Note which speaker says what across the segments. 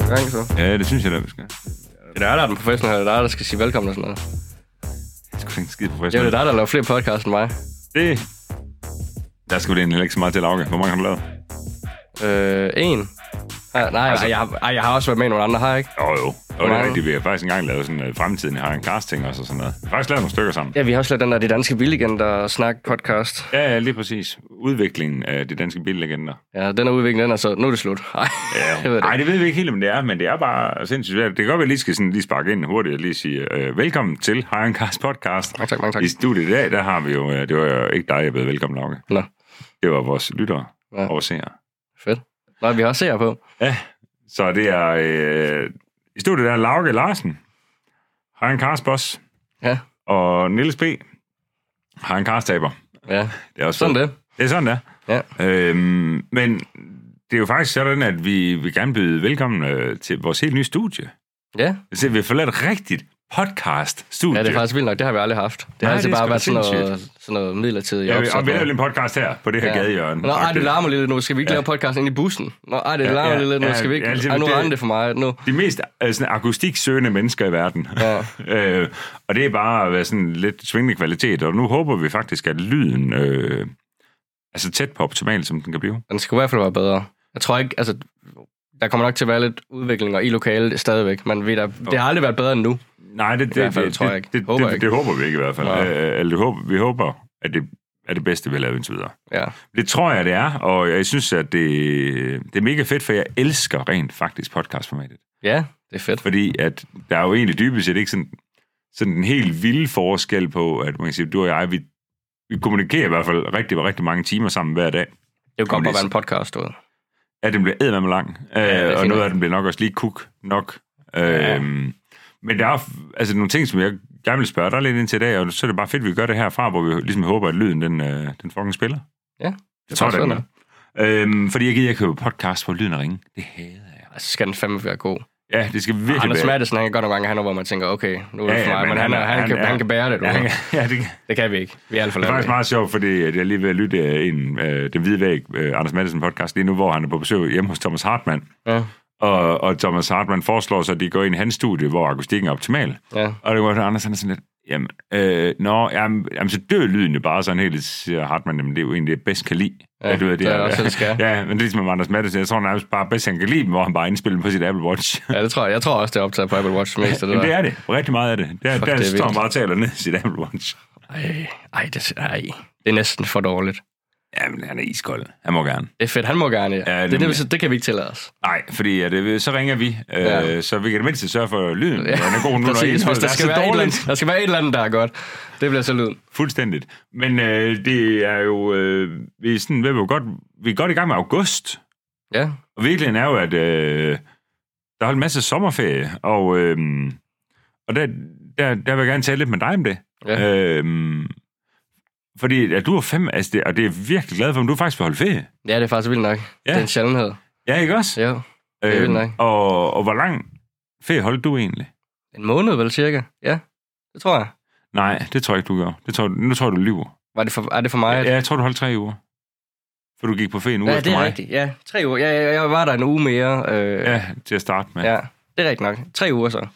Speaker 1: en gang, så.
Speaker 2: Ja, det synes jeg da, vi skal.
Speaker 1: Det er dig, der er den professionelle. Det er dig, der skal sige velkommen og sådan noget.
Speaker 2: Det skulle ikke skide
Speaker 1: Jo, det
Speaker 2: professionelt.
Speaker 1: er dig, der laver flere podcasts end mig.
Speaker 2: det. Der skal vi egentlig ikke så meget til, Lauke. Hvor mange har du lavet?
Speaker 1: Øh, en. Ej, nej, altså, ej, jeg, har- ej, jeg har også været med i nogle andre, har jeg ikke?
Speaker 2: Jo, jo. Jo, det er
Speaker 1: mange?
Speaker 2: rigtigt. Vi har faktisk engang lavet sådan øh, fremtiden. Jeg har en casting også og sådan noget. Vi har faktisk lavet nogle stykker sammen.
Speaker 1: Ja, vi har også lavet den der Det Danske Vildlegender snak podcast.
Speaker 2: Ja, ja, lige præcis. Udviklingen af de danske billegender.
Speaker 1: Ja, den er udviklet, den er så... Nu er det slut. Ej, jeg ved det.
Speaker 2: Nej, det ved vi ikke helt, om det er, men det er bare sindssygt svært. Det kan godt være, at jeg lige skal sådan lige sparke ind hurtigt og lige sige øh, velkommen til Hej Cast podcast.
Speaker 1: Mange tak, mange tak.
Speaker 2: I studiet i dag, der har vi jo, øh, det var jo ikke dig, jeg blev velkommen, Lauke.
Speaker 1: Nå,
Speaker 2: Det var vores lyttere
Speaker 1: Ja.
Speaker 2: og seere.
Speaker 1: fedt. Nå, vi har også seere på.
Speaker 2: Ja, så det er... Øh, I studiet der er Lauke Larsen, Hej Cast boss,
Speaker 1: Ja,
Speaker 2: og Niels B. Hej Cast taber.
Speaker 1: ja.
Speaker 2: Det er også
Speaker 1: Sådan
Speaker 2: fedt.
Speaker 1: det.
Speaker 2: Det er sådan, det er.
Speaker 1: Ja.
Speaker 2: Øhm, men det er jo faktisk sådan, at vi vil gerne byde velkommen øh, til vores helt nye studie.
Speaker 1: Ja,
Speaker 2: Så vi har forladt et rigtigt podcast-studie.
Speaker 1: ja det er faktisk vildt nok. Det har vi aldrig haft. Det
Speaker 2: Nej,
Speaker 1: har altid
Speaker 2: det er
Speaker 1: bare
Speaker 2: sgu
Speaker 1: været
Speaker 2: da
Speaker 1: sådan noget, sådan noget midlertidigt
Speaker 2: Ja, vi, og vi laver
Speaker 1: noget.
Speaker 2: lige en podcast her, på det her ja. gadehjørne.
Speaker 1: Nå, ej, det
Speaker 2: faktisk.
Speaker 1: larmer lidt nu. Skal vi ikke ja. lave podcast ind i bussen? Nå, ej, det
Speaker 2: Ja,
Speaker 1: larmer
Speaker 2: ja,
Speaker 1: lidt nu.
Speaker 2: ja,
Speaker 1: Skal vi ikke?
Speaker 2: ja, altså,
Speaker 1: ej, nu
Speaker 2: det-
Speaker 1: regner det for mig. Nu.
Speaker 2: De mest øh, sådan, akustiksøgende mennesker i verden.
Speaker 1: Ja.
Speaker 2: øh, og det er bare at være sådan lidt svingende kvalitet, og nu håber vi faktisk, at lyden øh, er så tæt på optimal, som den kan blive.
Speaker 1: Den skal i hvert fald være bedre. Jeg tror ikke, altså... Der kommer nok til at være lidt udviklinger i lokalet stadigvæk, men ved der, det har aldrig været bedre end nu.
Speaker 2: Nej, det, det,
Speaker 1: hvert fald,
Speaker 2: det,
Speaker 1: tror jeg
Speaker 2: det,
Speaker 1: ikke.
Speaker 2: Det,
Speaker 1: Håber
Speaker 2: det,
Speaker 1: jeg
Speaker 2: det,
Speaker 1: ikke.
Speaker 2: det håber vi ikke i hvert fald.
Speaker 1: Nej.
Speaker 2: Øh, eller det håber, vi håber, at det er det bedste, vi har lavet indtil videre.
Speaker 1: Ja.
Speaker 2: Det tror jeg, det er, og jeg synes, at det, det er mega fedt, for jeg elsker rent faktisk podcastformatet.
Speaker 1: ja, det er fedt.
Speaker 2: Fordi at der er jo egentlig dybest set ikke sådan, sådan en helt vild forskel på, at man kan sige, du og jeg, vi, vi kommunikerer i hvert fald rigtig, rigtig mange timer sammen hver dag.
Speaker 1: Det er jo godt
Speaker 2: det
Speaker 1: at
Speaker 2: er
Speaker 1: være en podcast, du ved.
Speaker 2: At den bliver ædmame lang,
Speaker 1: det er
Speaker 2: ja, øh, og
Speaker 1: fint.
Speaker 2: noget af den bliver nok også lige kuk nok. Ja. Øhm, men der er f- altså, nogle ting, som jeg gerne vil spørge dig lidt ind til i dag, og så er det bare fedt, at vi gør det herfra, hvor vi ligesom håber, at lyden den, øh, den fucking spiller.
Speaker 1: Ja,
Speaker 2: Jeg tror, det
Speaker 1: faktisk
Speaker 2: er den. er. Øhm, fordi jeg gider ikke høre podcast, hvor lyden er ringe. Det hader jeg.
Speaker 1: Altså, så skal den fandme være god.
Speaker 2: Ja, det skal virkelig
Speaker 1: Anders
Speaker 2: være.
Speaker 1: Mattesen, han kan godt nogle gange have noget, hvor man tænker, okay, nu er det
Speaker 2: Ja,
Speaker 1: ja,
Speaker 2: ja,
Speaker 1: for mig,
Speaker 2: men
Speaker 1: men han,
Speaker 2: han er-
Speaker 1: er, han,
Speaker 2: han
Speaker 1: kan,
Speaker 2: er-
Speaker 1: han kan bære det, du. Ja,
Speaker 2: Ja, det,
Speaker 1: Det kan vi ikke. Vi er alt for
Speaker 2: det er faktisk
Speaker 1: langt.
Speaker 2: meget sjovt, fordi at jeg er lige ved at lytte øh, en, øh, Den Hvide Væg, øh, Anders Madsen podcast lige nu, hvor han er på besøg hjemme hos Thomas Hartmann.
Speaker 1: Ja,
Speaker 2: Og, og Thomas Hartmann foreslår så, at de går ind i hans studie, hvor akustikken er optimal.
Speaker 1: ja.
Speaker 2: Og det var så Anders, han er sådan lidt, jamen, øh, nå, jamen, jamen, så dør lyden jo bare sådan helt, siger Hartmann, jamen, det er jo egentlig det, jeg bedst kan lide.
Speaker 1: Ja, det er også, det skal.
Speaker 2: ja, men det er ligesom med Anders Madsen, jeg tror nærmest bare bedst, han kan lide dem, hvor han bare indspiller dem på sit Apple Watch.
Speaker 1: ja det tror jeg. Jeg tror også, det er optaget på Apple Watch mest. af Det
Speaker 2: Jamen, det
Speaker 1: der.
Speaker 2: er det. Rigtig meget af det. Der,
Speaker 1: Fuck,
Speaker 2: der
Speaker 1: det er
Speaker 2: står
Speaker 1: vildt.
Speaker 2: han bare og taler ned i sit Apple Watch.
Speaker 1: Ej, ej, det, ej, det er næsten for dårligt.
Speaker 2: Jamen, han er iskold. Han må gerne.
Speaker 1: Det er fedt, han må gerne. Ja, det, er
Speaker 2: nemlig.
Speaker 1: det, så det kan vi ikke tillade os.
Speaker 2: Nej, fordi at, øh, så ringer vi, øh,
Speaker 1: Ja.
Speaker 2: så vi kan i det mindste sørge for at lyden. Ja. Den er god nu, når
Speaker 1: Præcis, hvis
Speaker 2: indholdet
Speaker 1: der
Speaker 2: Altså, er
Speaker 1: skal,
Speaker 2: så
Speaker 1: være et eller
Speaker 2: dårligt.
Speaker 1: andet, der skal være et eller andet, der er godt. Det bliver så lyden.
Speaker 2: Fuldstændigt. Men øh, det er jo... Øh, vi, er sådan, ved at være godt, vi er godt i gang med august.
Speaker 1: Ja,
Speaker 2: Og virkeligheden er jo, at øh, der er en masse sommerferie. Og, øh, og der, der, der vil jeg gerne tale lidt med dig om det.
Speaker 1: Ja.
Speaker 2: Øh, fordi at du er fem... Altså det, og det er jeg virkelig glad for, men du er faktisk på holde ferie.
Speaker 1: ja det er faktisk vildt nok. Ja. Det er en sjældenhed.
Speaker 2: Ja, ikke også? Øh,
Speaker 1: Ja. det er vildt nok.
Speaker 2: og, og hvor lang ferie holdt du egentlig?
Speaker 1: En måned vel cirka? Ja, det tror jeg.
Speaker 2: Nej, det tror jeg ikke, du gør. Det tror, nu tror jeg, du lyver.
Speaker 1: Var det for, er det for mig? at-
Speaker 2: Ja, jeg tror, du holdt tre uger. For du gik på ferie en uge
Speaker 1: ja
Speaker 2: efter
Speaker 1: det er
Speaker 2: mig.
Speaker 1: rigtigt. Ja, tre uger. Ja, ja, jeg var der en uge mere. Øh,
Speaker 2: Ja, til at starte med.
Speaker 1: ja. det er rigtigt nok. Tre uger så. Så
Speaker 2: Ja,
Speaker 1: er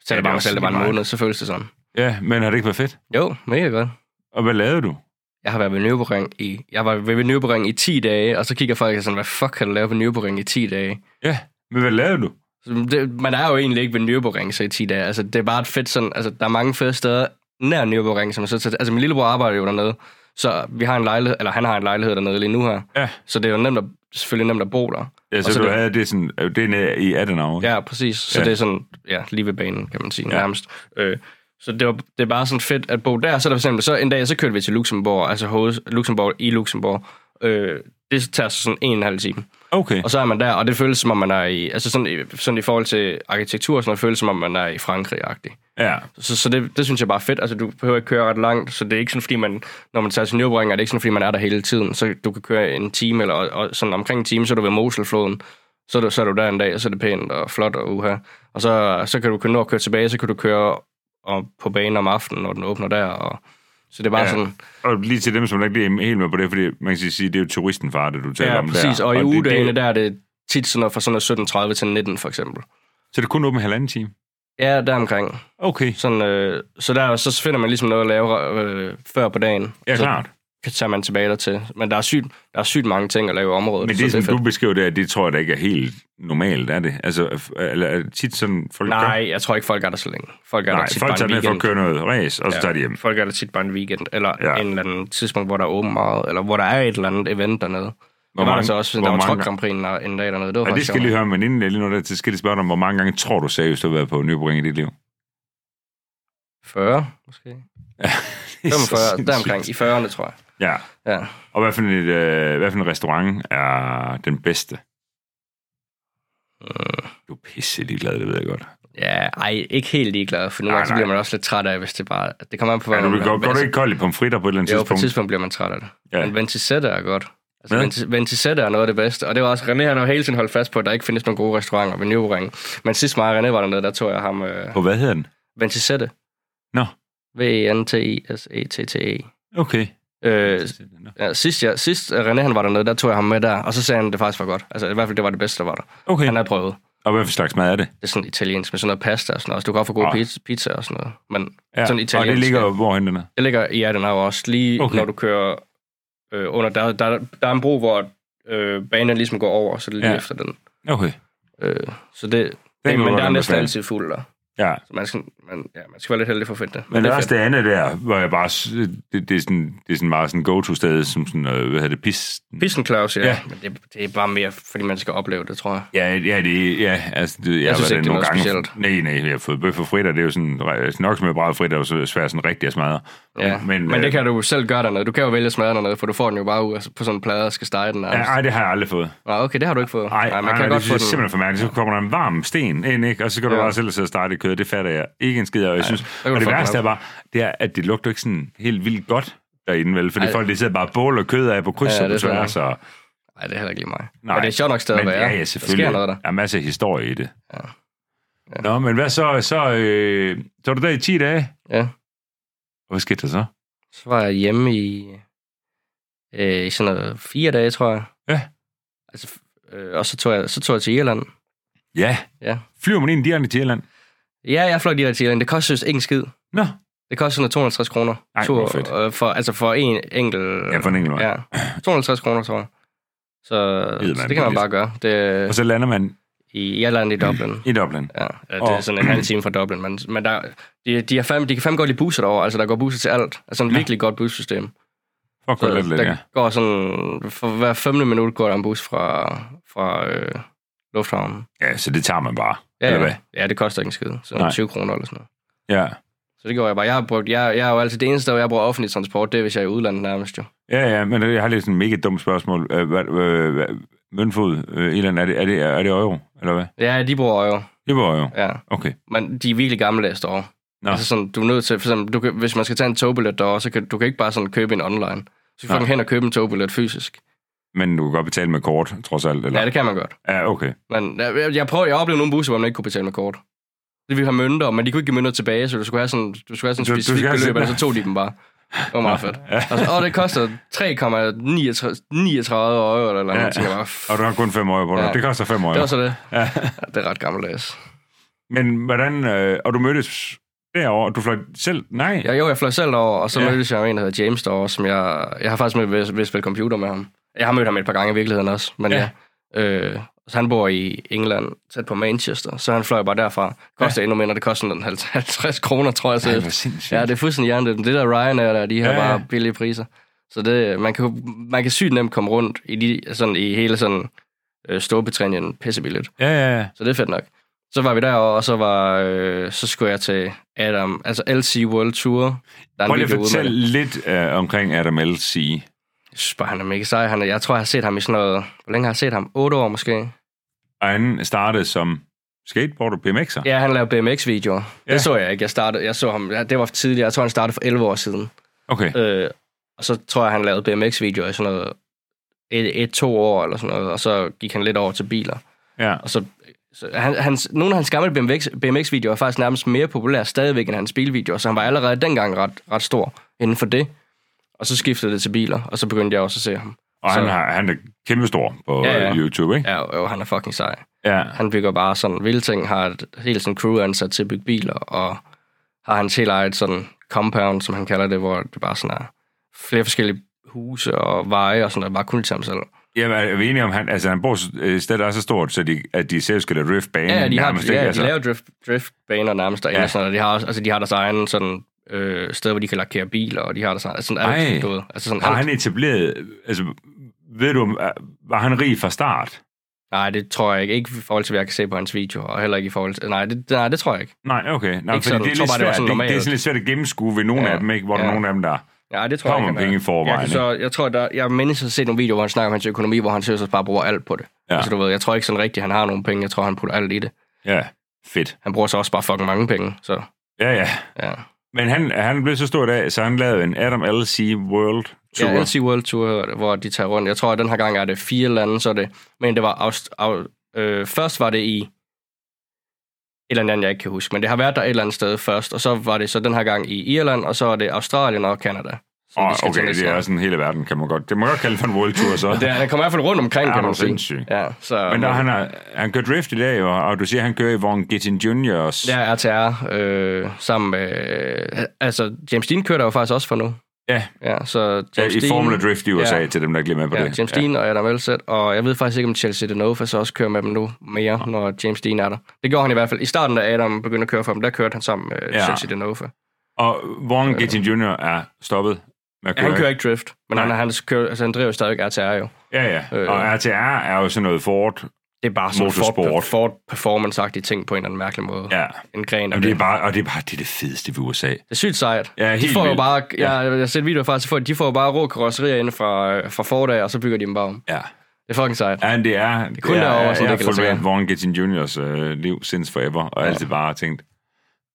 Speaker 2: det
Speaker 1: det bare
Speaker 2: er
Speaker 1: mig
Speaker 2: også
Speaker 1: selv, det var en
Speaker 2: meget.
Speaker 1: måned, så føles det sådan.
Speaker 2: ja, men har det ikke været fedt?
Speaker 1: Jo, mega godt.
Speaker 2: Og hvad lavede du?
Speaker 1: Jeg har været ved Nürburgring i, jeg var ved Nürburgring i 10 dage, og så kigger folk og sådan, hvad fuck kan du lave på Nürburgring i 10 dage?
Speaker 2: Ja, men hvad lavede du?
Speaker 1: Så Det, man er jo egentlig ikke ved Nürburgring så i 10 dage. Altså, det er bare et fedt sådan, altså, der er mange fede steder nær Nürburgring, som er så tæt. Altså, min lillebror arbejder jo dernede, så vi har en lejlighed, eller han har en lejlighed dernede lige nu her.
Speaker 2: Ja,
Speaker 1: Så det er jo nemt at, selvfølgelig nemt at bo der.
Speaker 2: ja så,
Speaker 1: Og
Speaker 2: så
Speaker 1: så
Speaker 2: du det...
Speaker 1: det-
Speaker 2: havde det sådan, øh, det er nede i Adenauer.
Speaker 1: Ja, præcis. Så
Speaker 2: Ja.
Speaker 1: ja. det er sådan, ja, lige ved banen, kan man sige, ja. nærmest. Øh, så det, var, det er bare sådan fedt at bo der. Så, er der for eksempel, så en dag, så kørte vi til Luxembourg, altså hoved, Luxembourg i Luxembourg. Øh, det tager så sådan en og en halv time.
Speaker 2: Okay.
Speaker 1: Og så er man der, og det føles som om man er i, altså sådan, i- sådan i forhold til arkitektur, og sådan noget, føles som om man er i Frankrig-agtigt.
Speaker 2: Ja.
Speaker 1: Så, så det, det, synes jeg bare er fedt. Altså, du behøver ikke køre ret langt, så det er ikke sådan, fordi man, når man tager til Nürburgring, er det ikke sådan, fordi man er der hele tiden. Så du kan køre en time, eller og, og sådan omkring en time, så er du ved Moselfloden. Så er, du, så er du der en dag, og så er det pænt og flot og uha. Og så, så kan du køre, når du kører tilbage, så kan du køre og på banen om aftenen, når den åbner der. Og, så det er bare
Speaker 2: Ja,
Speaker 1: ja, sådan,
Speaker 2: Og lige til dem, som ikke lige er helt med på det, fordi man kan sige, det er jo turisten far, det du taler
Speaker 1: ja,
Speaker 2: om der.
Speaker 1: præcis. Og i
Speaker 2: det-
Speaker 1: ugedagene
Speaker 2: det-
Speaker 1: der er det tit sådan noget fra sådan noget 17.30 til 19, for eksempel.
Speaker 2: Så det er kun åbent halvanden time?
Speaker 1: Ja, deromkring.
Speaker 2: Okay.
Speaker 1: Sådan, øh, så der så finder man ligesom noget at lave øh, før på dagen.
Speaker 2: Ja,
Speaker 1: så
Speaker 2: klart.
Speaker 1: kan- tager man tilbage der til. Men der er sygt, der er sygt mange ting at lave i området.
Speaker 2: Men
Speaker 1: så
Speaker 2: det,
Speaker 1: er
Speaker 2: som
Speaker 1: fedt.
Speaker 2: du beskriver der, det tror jeg da ikke er helt normalt, er det? Altså, f- eller er det tit sådan, folk gør?
Speaker 1: Nej, jeg tror ikke, folk er der så længe. Folk er
Speaker 2: Nej,
Speaker 1: der tit
Speaker 2: folk
Speaker 1: bare
Speaker 2: tager
Speaker 1: en
Speaker 2: ned for
Speaker 1: weekend.
Speaker 2: at køre noget race, og så tager de hjem.
Speaker 1: Folk er der tit bare en weekend, eller
Speaker 2: Ja.
Speaker 1: ja. en eller anden tidspunkt, hvor der er åben meget, eller hvor der er et eller andet event dernede. Hvor mange,
Speaker 2: mange-
Speaker 1: altså også,
Speaker 2: hvor
Speaker 1: der var
Speaker 2: mange-
Speaker 1: Truck Grand Prix en, en dag dernede. Det var
Speaker 2: Og det
Speaker 1: faktisk
Speaker 2: skal jeg lige
Speaker 1: sjovt.
Speaker 2: høre, men inden jeg lige når der til, skal jeg lige spørge dig om, hvor mange gange tror du seriøst, du har været på Nybring i dit liv?
Speaker 1: 40, måske.
Speaker 2: Det er så
Speaker 1: 45, der
Speaker 2: sindssygt.
Speaker 1: omkring. I 40'erne, tror jeg.
Speaker 2: Ja,
Speaker 1: Ja.
Speaker 2: og hvad for, en, øh, hvad for en restaurant er den bedste?
Speaker 1: Mm.
Speaker 2: Du er pisse ligeglad, det ved jeg godt.
Speaker 1: Ja, ej, ikke helt ligeglad, for nogle
Speaker 2: Nej,
Speaker 1: gange så
Speaker 2: nej.
Speaker 1: bliver man også lidt træt af, hvis det bare... Det kommer an på,
Speaker 2: Ja,
Speaker 1: hvordan
Speaker 2: du
Speaker 1: man
Speaker 2: går, går du
Speaker 1: altså,
Speaker 2: ikke kold i pomfritter på et eller andet
Speaker 1: Jo, på et
Speaker 2: tidspunkt?
Speaker 1: tidspunkt bliver man træt af det.
Speaker 2: Ja.
Speaker 1: Ja. Men Ventisette er godt. Altså,
Speaker 2: Hvad?
Speaker 1: Venti- Ventisette er noget af det bedste, og det var også, René han har jo hele tiden holdt fast på, at der ikke findes nogen gode restauranter ved Nyborg. Men sidst mig og René var dernede, der tog jeg ham øh,
Speaker 2: På hvad hedder den?
Speaker 1: Ventisette.
Speaker 2: Nå.
Speaker 1: V-E-N-T-I-S-E-T-T-E.
Speaker 2: Okay.
Speaker 1: Øh, ja, sidst, jeg, sidst øh, René han var dernede, der tog jeg ham med der, og så sagde han, at det faktisk var godt. Altså i hvert fald, det var det bedste, der var der.
Speaker 2: Okay.
Speaker 1: Han har prøvet.
Speaker 2: Og hvad for slags mad er det?
Speaker 1: Det er sådan italiensk med sådan noget pasta og sådan noget. Altså, du kan godt få god
Speaker 2: Ah.
Speaker 1: pizza, pizza og sådan noget. Men
Speaker 2: Ja.
Speaker 1: Sådan
Speaker 2: og det
Speaker 1: italiensk,
Speaker 2: ligger
Speaker 1: ja.
Speaker 2: jo, hvorhen den er?
Speaker 1: det ligger i Adenauer også. Lige
Speaker 2: Okay.
Speaker 1: okay. når du kører øh, under, der, der, der er en bro, hvor øh, banen ligesom går over, så det er lige
Speaker 2: Ja.
Speaker 1: ja. efter den.
Speaker 2: Okay.
Speaker 1: Øh, så det,
Speaker 2: kan
Speaker 1: det men
Speaker 2: du godt
Speaker 1: der er næsten
Speaker 2: anbefale.
Speaker 1: altid fuld der.
Speaker 2: Ja.
Speaker 1: Så man skal, man, ja, man skal være lidt heldig for at finde det.
Speaker 2: Men
Speaker 1: det
Speaker 2: det
Speaker 1: er
Speaker 2: er også
Speaker 1: fedt.
Speaker 2: det andet der, hvor jeg bare... s- Det, det, er, sådan, det er sådan meget sådan go-to-sted, som sådan, øh, hvad hedder det, pis...
Speaker 1: Pissen Claus, ja.
Speaker 2: Ja.
Speaker 1: ja. Men det, det, er bare mere, fordi man skal opleve det, tror jeg.
Speaker 2: Ja, ja, det, ja altså, det, jeg,
Speaker 1: Jeg
Speaker 2: jeg
Speaker 1: synes
Speaker 2: synes
Speaker 1: ikke, det er
Speaker 2: nogle gange.
Speaker 1: noget
Speaker 2: Nej, nej, jeg har fået bøf og fritter, det er jo sådan, re- nok som jeg bare fritter, er jo så svært sådan rigtig at smadre. øh,
Speaker 1: Ja. Men, men, det kan du selv gøre dernede. Du kan jo vælge at smadre dernede, for du får den jo bare ud af- på sådan en plade og skal stege den.
Speaker 2: Ja,
Speaker 1: nærmest.
Speaker 2: ej, det har jeg aldrig fået.
Speaker 1: Nå, okay, det har du ikke fået.
Speaker 2: Ej, nej,
Speaker 1: man kan
Speaker 2: nej,
Speaker 1: godt
Speaker 2: det
Speaker 1: få
Speaker 2: synes
Speaker 1: den.
Speaker 2: jeg simpelthen er for mærkeligt. Så kommer der en varm sten ind, ikke? og så kan du
Speaker 1: Ja.
Speaker 2: bare selv sidde og starte i kødet. Det fatter jeg ikke en skid af. og Jeg synes,
Speaker 1: kan du
Speaker 2: og det
Speaker 1: få den
Speaker 2: værste er
Speaker 1: op.
Speaker 2: bare, det er, at det lugter ikke sådan helt vildt godt derinde, vel? Fordi
Speaker 1: Ej.
Speaker 2: folk, de sidder bare og båler kød af på kryds
Speaker 1: Ja,
Speaker 2: ja, og
Speaker 1: det
Speaker 2: på
Speaker 1: er sådan.
Speaker 2: tværs. Og,
Speaker 1: Nej, det er heller ikke lige mig.
Speaker 2: Nej.
Speaker 1: Nej. Men det er et sjovt nok sted at
Speaker 2: men,
Speaker 1: være.
Speaker 2: ja, ja, selvfølgelig.
Speaker 1: Der sker noget der.
Speaker 2: Der er masser af historie i det.
Speaker 1: Ja.
Speaker 2: Ja. Nå, men hvad så? Så, øh, så var du der i 10 dage.
Speaker 1: Ja.
Speaker 2: Hvad skete der så?
Speaker 1: Så var jeg hjemme i, øh, i sådan noget fire dage, tror jeg.
Speaker 2: Ja.
Speaker 1: Altså, øh, og så tog, jeg, så tog jeg til Irland.
Speaker 2: Ja.
Speaker 1: Ja.
Speaker 2: Flyver man ind direkte til Irland?
Speaker 1: Ja, jeg fløj direkte til Irland. Det koster jo ikke en skid.
Speaker 2: Nå.
Speaker 1: Det koster sådan noget 250 kroner.
Speaker 2: Ej,
Speaker 1: Tur,
Speaker 2: hvor fedt.
Speaker 1: øh, for, altså for en enkelt...
Speaker 2: Ja, for en enkelt vej.
Speaker 1: Ja, 250 kroner, tror jeg. Så,
Speaker 2: Eddermame
Speaker 1: så det kan man
Speaker 2: billigt.
Speaker 1: bare gøre. Det,
Speaker 2: Og så Mm. lander man
Speaker 1: I Irland i Dublin.
Speaker 2: i Dublin.
Speaker 1: Ja, ja, det er
Speaker 2: Og-
Speaker 1: sådan en halv time fra Dublin. Men, men der, de, de, er fandme, de kan fandme godt lide busser derovre. Altså, der går busser til alt. Altså, en
Speaker 2: Nå.
Speaker 1: virkelig godt bussystem.
Speaker 2: Fuck, hvor
Speaker 1: Så,
Speaker 2: lidt
Speaker 1: der
Speaker 2: længere.
Speaker 1: går sådan... For hver femte minut går der en bus fra, fra øh, lufthavnen.
Speaker 2: Ja, så det tager man bare.
Speaker 1: Ja,
Speaker 2: eller hvad?
Speaker 1: ja. ja, det koster ikke en skid. Så
Speaker 2: Nej.
Speaker 1: 20 kroner eller sådan noget.
Speaker 2: Ja.
Speaker 1: Så det går jeg bare. Jeg har brugt... Jeg, jeg er jo altid det eneste, hvor jeg bruger offentlig transport. Det er, hvis jeg er i udlandet nærmest jo.
Speaker 2: Ja, ja, men jeg har lige sådan et mega dumt spørgsmål. Øh, Hvad, øh, hvad, Mønfod, øh, Irland, er det, er, det, er det euro, eller hvad?
Speaker 1: Ja, de bruger jo.
Speaker 2: Det var euro.
Speaker 1: Ja.
Speaker 2: Okay.
Speaker 1: Men de er virkelig gammeldags derovre.
Speaker 2: Nå.
Speaker 1: Altså sådan, du er nødt til, for eksempel, du kan, hvis man skal tage en togbillet derovre, så kan, du kan ikke bare sådan købe en online. Så skal
Speaker 2: Nej.
Speaker 1: du fucking hen og købe en togbillet fysisk.
Speaker 2: Men du kan godt betale med kort, trods alt, eller?
Speaker 1: Ja, det kan man godt.
Speaker 2: Ja, okay.
Speaker 1: Men jeg, jeg, prøvede, jeg oplevede nogle busser, hvor man ikke kunne betale med kort. Det ville have mønter, men de kunne ikke give mønter tilbage, så du skulle have sådan, du skulle have sådan
Speaker 2: Du-
Speaker 1: et
Speaker 2: du
Speaker 1: specifikt
Speaker 2: skal have
Speaker 1: beløb,
Speaker 2: sådan-
Speaker 1: eller så tog de dem bare. Det var meget fedt.
Speaker 2: Ja.
Speaker 1: Altså, åh, det koster 3,39 euro, eller noget.
Speaker 2: Ja.
Speaker 1: Ja. Jeg tænker bare,
Speaker 2: Og du har kun 5 euro på dig.
Speaker 1: Ja.
Speaker 2: Det koster 5 euro.
Speaker 1: det var så det.
Speaker 2: Ja.
Speaker 1: Ja, det er ret gammeldags.
Speaker 2: Men hvordan... Øh, og du mødtes derovre, og du fløj selv? Nej.
Speaker 1: Ja, jo, jeg fløj selv over, og så
Speaker 2: Ja.
Speaker 1: ja. mødtes jeg med en, der hedder James derovre, som jeg... Jeg har faktisk mødt ved, ved at spille computer med ham. Jeg har mødt ham et par gange i virkeligheden også, men
Speaker 2: Ja.
Speaker 1: ja. ja. Øh, så han bor i England, tæt på Manchester, så han fløj bare derfra. Koster ja. endnu mindre, det koster sådan 50 kroner, tror jeg
Speaker 2: Ej,
Speaker 1: selv.
Speaker 2: hvor sindssygt.
Speaker 1: Ja, det er fuldstændig hjernet. Det der Ryanair, der, de har
Speaker 2: Ja,
Speaker 1: ja,
Speaker 2: ja.
Speaker 1: bare billige priser. Så det, man, kan, man kan sygt nemt komme rundt i, de, sådan, i hele sådan, øh, Storbritannien pissebilligt.
Speaker 2: Ja, ja, ja.
Speaker 1: Så det er fedt nok. Så var vi derovre, og så, var, øh, så skulle jeg til Adam, altså LC World Tour. Der er
Speaker 2: Prøv lige
Speaker 1: video
Speaker 2: at
Speaker 1: ude med
Speaker 2: fortælle
Speaker 1: det.
Speaker 2: lidt øh, omkring Adam LC.
Speaker 1: Jeg synes bare, han er mega sej. Han er, jeg tror, jeg har set ham i sådan noget... Hvor længe har jeg set ham? 8 år måske?
Speaker 2: Og han startede som skateboarder BMX'er.
Speaker 1: Ja, han laver BMX-videoer. Ja.
Speaker 2: Ja.
Speaker 1: Det så jeg ikke. Jeg, startede, jeg så ham... ja, Det var tidligere. Jeg tror, han startede for 11 år siden.
Speaker 2: Okay.
Speaker 1: Øh, og så tror jeg, han lavede BMX-videoer i sådan noget... Et, et, to år eller sådan noget. Og så gik han lidt over til biler.
Speaker 2: Ja.
Speaker 1: Og så, så han, hans, nogle af hans gamle BMX, BMX-videoer er faktisk nærmest mere populære stadigvæk end hans bilvideoer, så han var allerede dengang ret, ret stor inden for det. Og så skiftede det til biler, og så begyndte jeg også at se ham.
Speaker 2: Og han,
Speaker 1: Så-
Speaker 2: har, han er kæmpestor på
Speaker 1: Ja,
Speaker 2: ja,
Speaker 1: ja.
Speaker 2: ja. YouTube, ikke?
Speaker 1: Ja, jo, jo, han er fucking sej.
Speaker 2: Ja.
Speaker 1: Han bygger bare sådan vilde ting, har et helt sådan crew ansat til at bygge biler, og har hans helt eget sådan compound, som han kalder det, hvor det bare sådan er flere forskellige huse og veje og sådan noget, bare kun til ham selv.
Speaker 2: Jeg er er vi enige om, han, altså, han bor s- et sted, der er så stort, så de, at de selv skal da riff banen.
Speaker 1: Ja, de har,
Speaker 2: nærmest, ikke?
Speaker 1: ja, de
Speaker 2: altså.
Speaker 1: laver drift, driftbaner nærmest derinde,
Speaker 2: Ja.
Speaker 1: ja. sådan, og de har, også- altså, de har deres egen sådan, øh, sted, hvor de kan lakere biler, og de har deres egen, sådan
Speaker 2: Ej.
Speaker 1: alt, du ved. Altså sådan,
Speaker 2: Har
Speaker 1: alt,
Speaker 2: han etableret... Altså, ved du, om- øh, var han rig fra start?
Speaker 1: nej, det tror jeg ikke. Ikke i forhold til, hvad jeg kan se på hans video, og heller ikke i forhold til, nej, det, nej, det tror jeg ikke.
Speaker 2: Nej, okay. Nej,
Speaker 1: Ikke
Speaker 2: fordi
Speaker 1: sådan.
Speaker 2: det er,
Speaker 1: Jeg
Speaker 2: lidt
Speaker 1: tror bare,
Speaker 2: svært.
Speaker 1: det var sådan
Speaker 2: det, det, er
Speaker 1: normalt.
Speaker 2: sådan lidt svært at gennemskue ved nogle
Speaker 1: Ja.
Speaker 2: af dem, ikke? hvor der
Speaker 1: Ja.
Speaker 2: er nogle af dem, der
Speaker 1: Ja, det tror
Speaker 2: kommer
Speaker 1: jeg
Speaker 2: med
Speaker 1: ikke. han er.
Speaker 2: penge i
Speaker 1: Jeg,
Speaker 2: forvejen.
Speaker 1: kan
Speaker 2: ikke?
Speaker 1: så, jeg tror, der, jeg mindes at se nogle videoer, hvor han snakker om hans økonomi, hvor han seriøst bare bruger alt på det.
Speaker 2: Ja.
Speaker 1: Ja. Altså, du ved, jeg tror ikke sådan rigtigt, han har nogle penge. Jeg tror, han putter alt i det.
Speaker 2: Ja, fedt.
Speaker 1: Han bruger så også bare fucking mange penge. Så,
Speaker 2: Ja, ja.
Speaker 1: ja.
Speaker 2: Men han, han blev så stor i dag, så han lavede en Adam LC World Tour.
Speaker 1: Ja, LC World Tour, hvor de tager rundt. Jeg tror, at den her gang er det fire lande, så er det... Men det var... Aust, au, øh, først var det i... Et eller andet, land, jeg ikke kan huske. Men det har været der et eller andet sted først. Og så var det så den her gang i Irland, og så er det Australien og Kanada. som
Speaker 2: Åh,
Speaker 1: de skal til
Speaker 2: okay,
Speaker 1: næste
Speaker 2: det er
Speaker 1: år.
Speaker 2: sådan hele verden, kan man godt. Det må godt kalde for en World Tour, så.
Speaker 1: Det er, han kommer i hvert fald rundt omkring,
Speaker 2: Ja,
Speaker 1: kan
Speaker 2: det er
Speaker 1: man sige.
Speaker 2: sindssygt.
Speaker 1: Ja, så,
Speaker 2: Men der, han, er, han kører drift i dag, og, og du siger, han kører i Vaughn Gittin Juniors.
Speaker 1: Det er RTR, øh, sammen med... Øh, altså, James Dean kører der jo faktisk også for nu.
Speaker 2: Ja.
Speaker 1: Ja, så James
Speaker 2: Ja, I
Speaker 1: Dean-
Speaker 2: Formula Drift i USA,
Speaker 1: Ja.
Speaker 2: ja. til dem, der glemmer på
Speaker 1: Ja,
Speaker 2: det.
Speaker 1: James Dean og Adam Elsett, og jeg ved faktisk ikke, om Chelsea Denova så også kører med dem nu mere, ja. når James Dean er der. Det gjorde han i hvert fald. I starten, da Adam begyndte at køre for dem, der kørte han sammen med
Speaker 2: Ja.
Speaker 1: ja. Chelsea Denova.
Speaker 2: Og Vaughn Gittin Jr. er stoppet med at
Speaker 1: Ja,
Speaker 2: køre.
Speaker 1: han kører ikke drift, men
Speaker 2: Nej.
Speaker 1: han, han, kører, altså, han driver jo stadigvæk RTR jo.
Speaker 2: Ja, ja.
Speaker 1: Øh.
Speaker 2: Og RTR er jo sådan noget Ford.
Speaker 1: Det er bare sådan
Speaker 2: Motorsport.
Speaker 1: Ford, Ford performance-agtige ting på en eller anden mærkelig måde.
Speaker 2: Ja.
Speaker 1: En gren af
Speaker 2: Jamen, det er bare, og det er bare det, er det fedeste ved USA.
Speaker 1: Det er sygt sejt.
Speaker 2: Ja,
Speaker 1: de
Speaker 2: helt
Speaker 1: får jo
Speaker 2: vildt.
Speaker 1: bare, jeg, jeg har set videoer faktisk, for, de får jo bare rå karosserier ind fra, øh, fra Ford af, og så bygger de dem bare om.
Speaker 2: Ja.
Speaker 1: Det er fucking sejt.
Speaker 2: Ja, det er... Det
Speaker 1: kun
Speaker 2: er,
Speaker 1: derovre, sådan
Speaker 2: jeg
Speaker 1: det
Speaker 2: har
Speaker 1: kan
Speaker 2: fulgt
Speaker 1: lade sig
Speaker 2: med Vaughn Gittin Juniors øh, liv since forever, og ja. altid bare tænkt,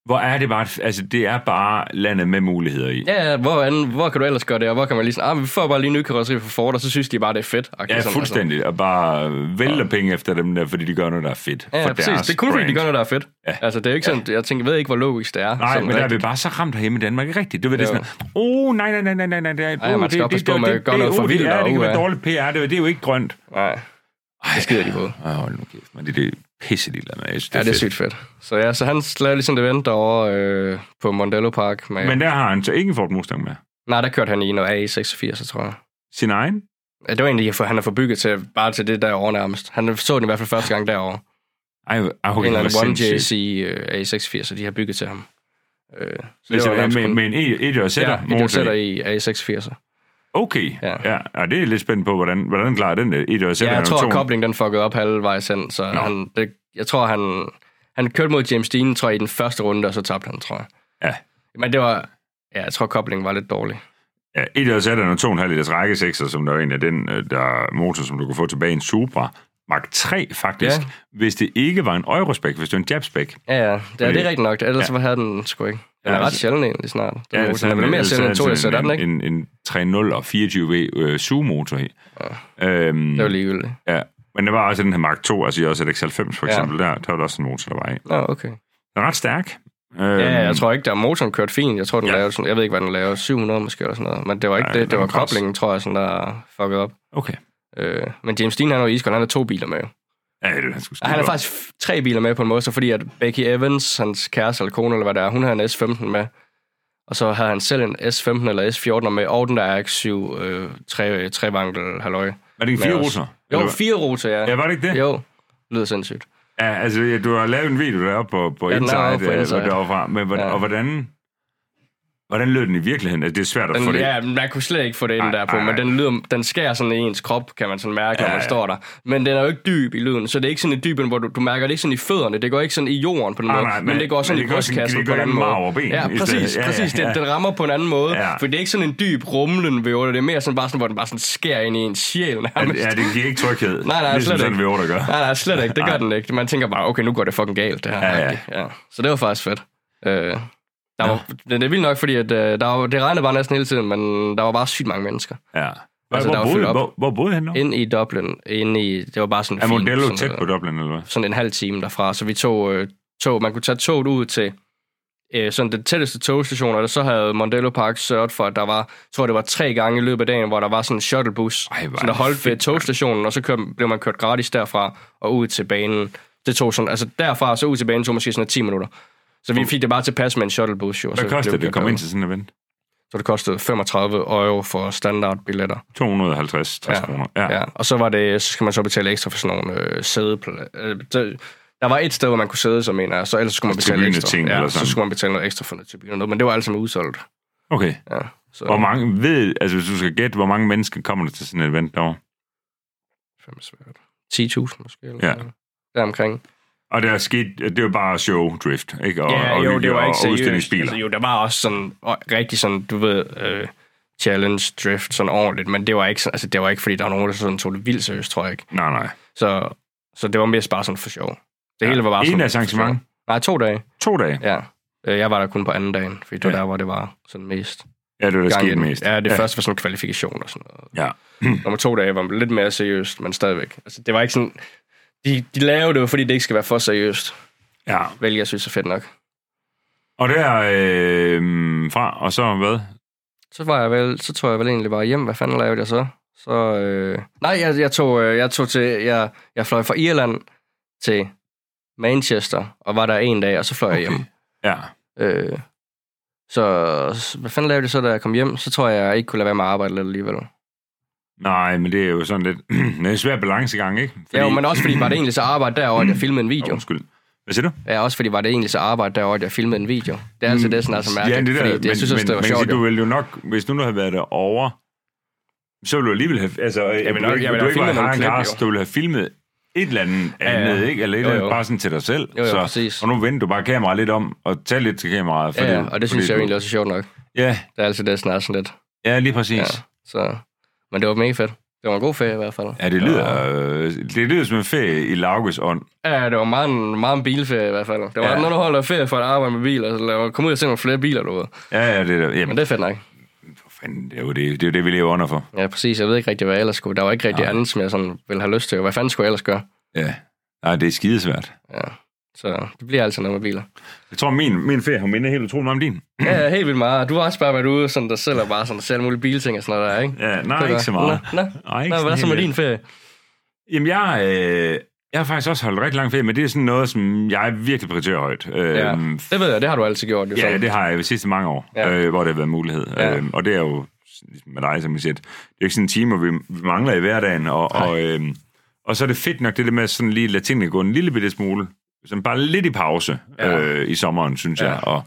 Speaker 2: hvor er det bare... Altså, det er bare landet med muligheder i.
Speaker 1: Ja, ja, hvor, anden, hvor kan du ellers gøre det, og hvor kan man lige sådan, ah, vi får bare lige en ny karosseri fra Ford, og så synes de bare, det er fedt. agtigt
Speaker 2: Ja,
Speaker 1: sådan, altså.
Speaker 2: fuldstændig. Og bare øh, vælter penge efter dem der, fordi de gør noget, der er fedt.
Speaker 1: Altså. Ja,
Speaker 2: for
Speaker 1: ja, præcis.
Speaker 2: deres
Speaker 1: Det er kun fordi, de
Speaker 2: brand.
Speaker 1: gør noget, der er fedt. Ja. Altså, det er jo ikke sådan, jeg tænker, jeg ved ikke, hvor logisk det er.
Speaker 2: Nej,
Speaker 1: sådan
Speaker 2: men der er vi
Speaker 1: rigtigt.
Speaker 2: bare så ramt herhjemme i Danmark, ikke rigtigt? Du ved, det er
Speaker 1: Jo.
Speaker 2: sådan, oh, nej, nej, nej, nej, nej, uh, nej, nej.
Speaker 1: Ej, man skal passe på med at gøre noget for vildt,
Speaker 2: Ja,
Speaker 1: og
Speaker 2: det kan være
Speaker 1: uha.
Speaker 2: dårligt PR, det, det er jo ikke grønt.
Speaker 1: Nej,
Speaker 2: Ej,
Speaker 1: det skider de på.
Speaker 2: Åh, hold nu kæft, men det er det pisse lille med. Jeg synes,
Speaker 1: Ja, det er
Speaker 2: fedt.
Speaker 1: sygt fedt. Så ja, så han lavede lige sådan et event derovre øh, på Mondello Park. Med, men...
Speaker 2: Men der har han så ikke en Ford Mustang med.
Speaker 1: Nej, der kørte han i noget A86, tror jeg.
Speaker 2: Sin egen?
Speaker 1: Ja, det var egentlig, for han er forbygget til, bare til det derovre nærmest. Han så den i hvert fald første gang derovre.
Speaker 2: Ej, ej,
Speaker 1: Okay,
Speaker 2: okay,
Speaker 1: en
Speaker 2: det
Speaker 1: eller
Speaker 2: var
Speaker 1: anden One
Speaker 2: sindssygt. Ligesom
Speaker 1: JC øh, A86, så de har bygget til ham. Øh, så
Speaker 2: Men
Speaker 1: det var
Speaker 2: sådan,
Speaker 1: nærmest
Speaker 2: Altså, med,
Speaker 1: kun-
Speaker 2: med en e dør sætter
Speaker 1: Ja, et du sætter i A86'er.
Speaker 2: Okay,
Speaker 1: E. Ja.
Speaker 2: ja. ja. det er lidt spændt på, hvordan, hvordan klarer den der e dør
Speaker 1: Ja,
Speaker 2: sætter
Speaker 1: jeg tror, at koblingen den fuckede op halvvejs hen, så han, det, jeg tror, han, han kørte mod James Dean, tror jeg, i den første runde, og så tabte han, tror jeg.
Speaker 2: Ja.
Speaker 1: Men det var, ja, jeg tror, koblingen var lidt dårlig.
Speaker 2: Ja, E et eller sætter en 2,5 liters rækkesekser, som der er en af den øh, der motor, som du kan få tilbage i en Supra. Mark 3 faktisk,
Speaker 1: Ja.
Speaker 2: ja. hvis det ikke var en Eurospec, hvis det var en Jabspec.
Speaker 1: Ja, ja, det, ja, det er
Speaker 2: Fordi-
Speaker 1: rigtigt nok. Ellers
Speaker 2: ja.
Speaker 1: ja. så havde den sgu ikke. Den
Speaker 2: Ja,
Speaker 1: er ret
Speaker 2: altså-
Speaker 1: sjældent egentlig snart. Den ja,
Speaker 2: så
Speaker 1: motor. Den
Speaker 2: er
Speaker 1: er mere
Speaker 2: det-
Speaker 1: sjældent end
Speaker 2: så er
Speaker 1: 2
Speaker 2: det
Speaker 1: så er
Speaker 2: sådan
Speaker 1: den, ikke?
Speaker 2: En, en, en 3.0 og 24V øh, sugemotor i. Ja. Øhm,
Speaker 1: Det var ligegyldigt.
Speaker 2: ja. Men der var også den her Mark 2, altså i også et X90 for
Speaker 1: Ja.
Speaker 2: eksempel, der, der var der også en motor, der var i.
Speaker 1: Nå, okay.
Speaker 2: Den er ret stærk. Øhm,
Speaker 1: Ja, jeg tror ikke, der motoren kørte fint. Jeg tror, den
Speaker 2: Ja.
Speaker 1: ja. lavede sådan, jeg ved ikke, hvad den lavede, 700 måske eller sådan noget. Men det var ikke
Speaker 2: Nej,
Speaker 1: ja,
Speaker 2: den
Speaker 1: det, det var
Speaker 2: var krass.
Speaker 1: koblingen, tror jeg, sådan, der fuckede op.
Speaker 2: Okay.
Speaker 1: Øh, men James Dean, han er jo iskold, han har to biler med jo.
Speaker 2: Ja, det, han, skulle
Speaker 1: Og han har
Speaker 2: skide
Speaker 1: faktisk f- tre biler med på en måde, så fordi at Becky Evans, hans kæreste eller kone, eller hvad det er, hun havde en S15 med. Og så havde han selv en S15 eller S14 med, og den der RX-7 øh, tre, trevankel halløj.
Speaker 2: godt. Var det en
Speaker 1: med
Speaker 2: fire
Speaker 1: os.
Speaker 2: ruser?
Speaker 1: Jo, fire ruter, ja.
Speaker 2: Ja, var det ikke det?
Speaker 1: Jo, lyder sindssygt.
Speaker 2: Ja, altså, ja, du har lavet en video deroppe på, på
Speaker 1: Ja, den er
Speaker 2: Inside,
Speaker 1: oppe på
Speaker 2: øh,
Speaker 1: Inside.
Speaker 2: deroppefra, men hvordan,
Speaker 1: Ja.
Speaker 2: og hvordan, hvordan lød den i virkeligheden? Altså, det er svært at få
Speaker 1: Den,
Speaker 2: det.
Speaker 1: ja, man kunne slet ikke få det ind
Speaker 2: Ej,
Speaker 1: derpå,
Speaker 2: ej,
Speaker 1: men
Speaker 2: ej.
Speaker 1: den, lyder, den skærer sådan i ens krop, kan man sådan mærke, når
Speaker 2: Ja,
Speaker 1: man
Speaker 2: ja.
Speaker 1: står der. Men den er jo ikke dyb i lyden, så det er ikke sådan i dybden, hvor du, du mærker det ikke sådan i fødderne, det går ikke sådan i jorden på den
Speaker 2: Nej,
Speaker 1: måde,
Speaker 2: nej,
Speaker 1: men,
Speaker 2: men-
Speaker 1: det går sådan
Speaker 2: men
Speaker 1: i
Speaker 2: det går sådan-
Speaker 1: brystkassen
Speaker 2: det
Speaker 1: på
Speaker 2: går
Speaker 1: en anden
Speaker 2: i
Speaker 1: måde.
Speaker 2: marv og ben i
Speaker 1: ja,
Speaker 2: stedet.
Speaker 1: præcis,
Speaker 2: Ja, ja,
Speaker 1: præcis. Den,
Speaker 2: ja.
Speaker 1: den, rammer på en anden måde,
Speaker 2: Ja.
Speaker 1: for det er ikke sådan en dyb rumlen ved det er mere sådan bare sådan, hvor den bare sådan skærer ind i ens sjæl nærmest.
Speaker 2: Ja, det giver ikke tryghed.
Speaker 1: Nej, nej,
Speaker 2: ligesom
Speaker 1: slet
Speaker 2: sådan,
Speaker 1: ikke.
Speaker 2: vi der gør.
Speaker 1: Nej, nej, slet ikke. Det gør den ikke. Man tænker bare, okay, nu går det fucking galt, det her.
Speaker 2: Ja, ja.
Speaker 1: ja. Så det var faktisk fedt. Øh, der var, det, det er vildt nok, fordi at, øh, der var, det regnede bare næsten hele tiden, men der var bare sygt mange mennesker.
Speaker 2: Ja. Hvor,
Speaker 1: Altså, der
Speaker 2: hvor,
Speaker 1: er jo
Speaker 2: boede,
Speaker 1: fyldt op.
Speaker 2: hvor, hvor boede han nu?
Speaker 1: Ind i Dublin, ind i, det var bare sådan
Speaker 2: Er
Speaker 1: fint,
Speaker 2: Mondello
Speaker 1: sådan,
Speaker 2: tæt
Speaker 1: øh,
Speaker 2: på Dublin, eller hvad?
Speaker 1: Sådan en halv time derfra, så vi tog, øh, tog man kunne tage toget ud til øh, sådan den tætteste togstation, og så havde Mondello Park sørget for, at der var, jeg tror det var tre gange i løbet af dagen, hvor der var sådan en shuttlebus,
Speaker 2: Ej, hvor
Speaker 1: sådan, der
Speaker 2: er
Speaker 1: holdt
Speaker 2: det
Speaker 1: ved
Speaker 2: fedt,
Speaker 1: togstationen, og så kørte, blev man kørt gratis derfra og ud til banen. Det tog sådan, altså derfra og så ud til banen tog måske sådan 10 minutter. Så vi fik det bare tilpas med en shuttlebus. Jo, og
Speaker 2: Hvad
Speaker 1: så
Speaker 2: koster
Speaker 1: blev
Speaker 2: det
Speaker 1: vi
Speaker 2: at komme ind
Speaker 1: kørt
Speaker 2: til sådan en event?
Speaker 1: derud. Så det kostede 35 euro for standardbilletter.
Speaker 2: 250 60 kroner. Ja.
Speaker 1: Ja, og så var det, så skal man så betale ekstra for sådan nogle øh, sædepl- øh, så- der var et sted, hvor man kunne sidde, så mener jeg, så ellers skulle man betale ekstra.
Speaker 2: Altså Tribuneting eller
Speaker 1: ja, så
Speaker 2: sådan.
Speaker 1: skulle man betale noget ekstra for noget tribune og noget, men det var alt sammen udsolgt.
Speaker 2: Okay.
Speaker 1: Ja, så
Speaker 2: Hvor mange, ved, altså hvis du skal gætte, hvor mange mennesker kommer der til sådan et event derovre?
Speaker 1: fandme svært. 10.000 måske, eller
Speaker 2: Ja.
Speaker 1: ja. der omkring.
Speaker 2: Og der er sket, det var bare show drift, ikke? Og, og, hygge og udstillingsbiler.
Speaker 1: Altså, jo, der var også sådan, og rigtig sådan, du ved, øh, challenge, drift, sådan ordentligt, men det var ikke, sådan, altså, det var ikke fordi der var nogen, der sådan tog det vildt seriøst, tror jeg ikke.
Speaker 2: nej, nej.
Speaker 1: Så, så det var mest bare sådan for sjov. Det
Speaker 2: Ja,
Speaker 1: hele var bare
Speaker 2: en
Speaker 1: sådan...
Speaker 2: dags arrangement?
Speaker 1: for sjov. Nej, to dage.
Speaker 2: To dage.
Speaker 1: Ja. Øh, Jeg var der kun på anden dagen, fordi det var
Speaker 2: Ja.
Speaker 1: der, hvor det var sådan mest.
Speaker 2: Ja, det var der
Speaker 1: gang i
Speaker 2: sket
Speaker 1: den.
Speaker 2: mest.
Speaker 1: Ja, det ja. første var sådan kvalifikation og sådan noget.
Speaker 2: Ja.
Speaker 1: Nummer to dage var lidt mere seriøst, men stadigvæk. Altså, det var ikke sådan... De, de laver det jo, fordi det ikke skal være for seriøst,
Speaker 2: ja.
Speaker 1: hvilket jeg synes er fedt nok.
Speaker 2: Og der øh, fra, og så hvad?
Speaker 1: Så var jeg vel, så tog jeg vel egentlig bare hjem. Hvad fanden lavede jeg så? Så, øh... nej, jeg, jeg, tog, øh, jeg tog til, jeg, jeg fløj fra Irland til Manchester, og var der en dag, og så fløj okay. jeg hjem.
Speaker 2: Ja.
Speaker 1: Øh, så s- hvad fanden lavede jeg så, da jeg kom hjem? Så tror jeg, jeg ikke kunne lade være med at arbejde lidt alligevel.
Speaker 2: Nej, men det er jo sådan lidt... det er en svær balancegang, ikke?
Speaker 1: Fordi... Ja, jo, men også fordi var det egentlig så arbejde derovre, at jeg filmede en
Speaker 2: Nå,
Speaker 1: video.
Speaker 2: Undskyld. Hvad siger du?
Speaker 1: Ja, også fordi var det egentlig så arbejde derovre, at jeg filmede en video. Det er altså det, sådan er så mærkeligt.
Speaker 2: Mm. Ja, det der,
Speaker 1: fordi det, jeg synes også, det var
Speaker 2: men,
Speaker 1: sjovt.
Speaker 2: Men du
Speaker 1: jo.
Speaker 2: ville jo nok, hvis nu du havde været derovre, så ville du alligevel have... Altså, jeg
Speaker 1: ville nok- jeg ville
Speaker 2: du
Speaker 1: have
Speaker 2: ikke
Speaker 1: filmet
Speaker 2: have
Speaker 1: nogle
Speaker 2: en
Speaker 1: klip,
Speaker 2: cast,
Speaker 1: jo.
Speaker 2: du ville have filmet et eller andet
Speaker 1: Ja, ja.
Speaker 2: andet, ikke? Eller et
Speaker 1: Jo,
Speaker 2: eller andet
Speaker 1: jo.
Speaker 2: bare sådan til dig selv.
Speaker 1: Jo, jo,
Speaker 2: så,
Speaker 1: præcis.
Speaker 2: Og nu vender du bare kameraet lidt om, og tager lidt til kameraet.
Speaker 1: Ja, ja, og det synes
Speaker 2: fordi
Speaker 1: jeg jo
Speaker 2: du-
Speaker 1: egentlig også er sjovt nok.
Speaker 2: Ja,
Speaker 1: Det er altså det, sådan er sådan lidt.
Speaker 2: ja lige præcis.
Speaker 1: Ja,
Speaker 2: Ja.
Speaker 1: så. Men det var mega fedt. Det var en god ferie i hvert fald.
Speaker 2: Ja, det lyder, øh, det lyder som en ferie i Lauges ånd.
Speaker 1: Ja, det var meget en, meget en bilferie i hvert fald. Det var
Speaker 2: Ja.
Speaker 1: ja. når du holder ferie for at arbejde med biler, så lad komme ud og se nogle flere biler, du ved.
Speaker 2: Ja, ja, det er,
Speaker 1: Men
Speaker 2: jamen,
Speaker 1: det er fedt nok.
Speaker 2: for fanden, det er jo det, det, er jo det vi lever under for.
Speaker 1: Ja, præcis. Jeg ved ikke rigtig, hvad jeg ellers skulle. Der var ikke rigtig
Speaker 2: Nej.
Speaker 1: andet, som jeg sådan ville have lyst til. Hvad fanden skulle jeg ellers gøre?
Speaker 2: Ja. Nej, det er skidesvært.
Speaker 1: Ja. Så det bliver altid noget med biler.
Speaker 2: Jeg tror, min, min ferie har mindet helt utroligt meget om din.
Speaker 1: Ja, ja, helt vildt meget. Du har også bare været ude sådan, der sælger bare sådan, selv mulige bilting og sådan noget der, ikke?
Speaker 2: Ja, nej,
Speaker 1: Det er
Speaker 2: ikke så meget.
Speaker 1: Nå, nå. Nå,
Speaker 2: Nej,
Speaker 1: hvad er
Speaker 2: sådan
Speaker 1: så med
Speaker 2: helt
Speaker 1: din ferie?
Speaker 2: Jamen, jeg, øh, jeg har faktisk også holdt rigtig lang ferie, men det er sådan noget, som jeg virkelig prioriterer højt. Øh,
Speaker 1: Ja.
Speaker 2: ja.
Speaker 1: Det ved jeg, det har du altid gjort. Jo,
Speaker 2: ja,
Speaker 1: sådan.
Speaker 2: det har jeg jo de sidste mange år,
Speaker 1: Ja.
Speaker 2: ja. øh, hvor det har været en mulighed.
Speaker 1: Ja.
Speaker 2: Ja. Øh, og det er jo ligesom med dig, som jeg siger, det er jo ikke sådan en time, hvor vi vi mangler i hverdagen. Og, og, øh, og så er det fedt nok, det der med sådan lige at lade tingene gå en lille bitte smule, sådan bare lidt i pause
Speaker 1: Ja.
Speaker 2: ja. øh, i sommeren, synes
Speaker 1: Ja.
Speaker 2: ja. jeg. Og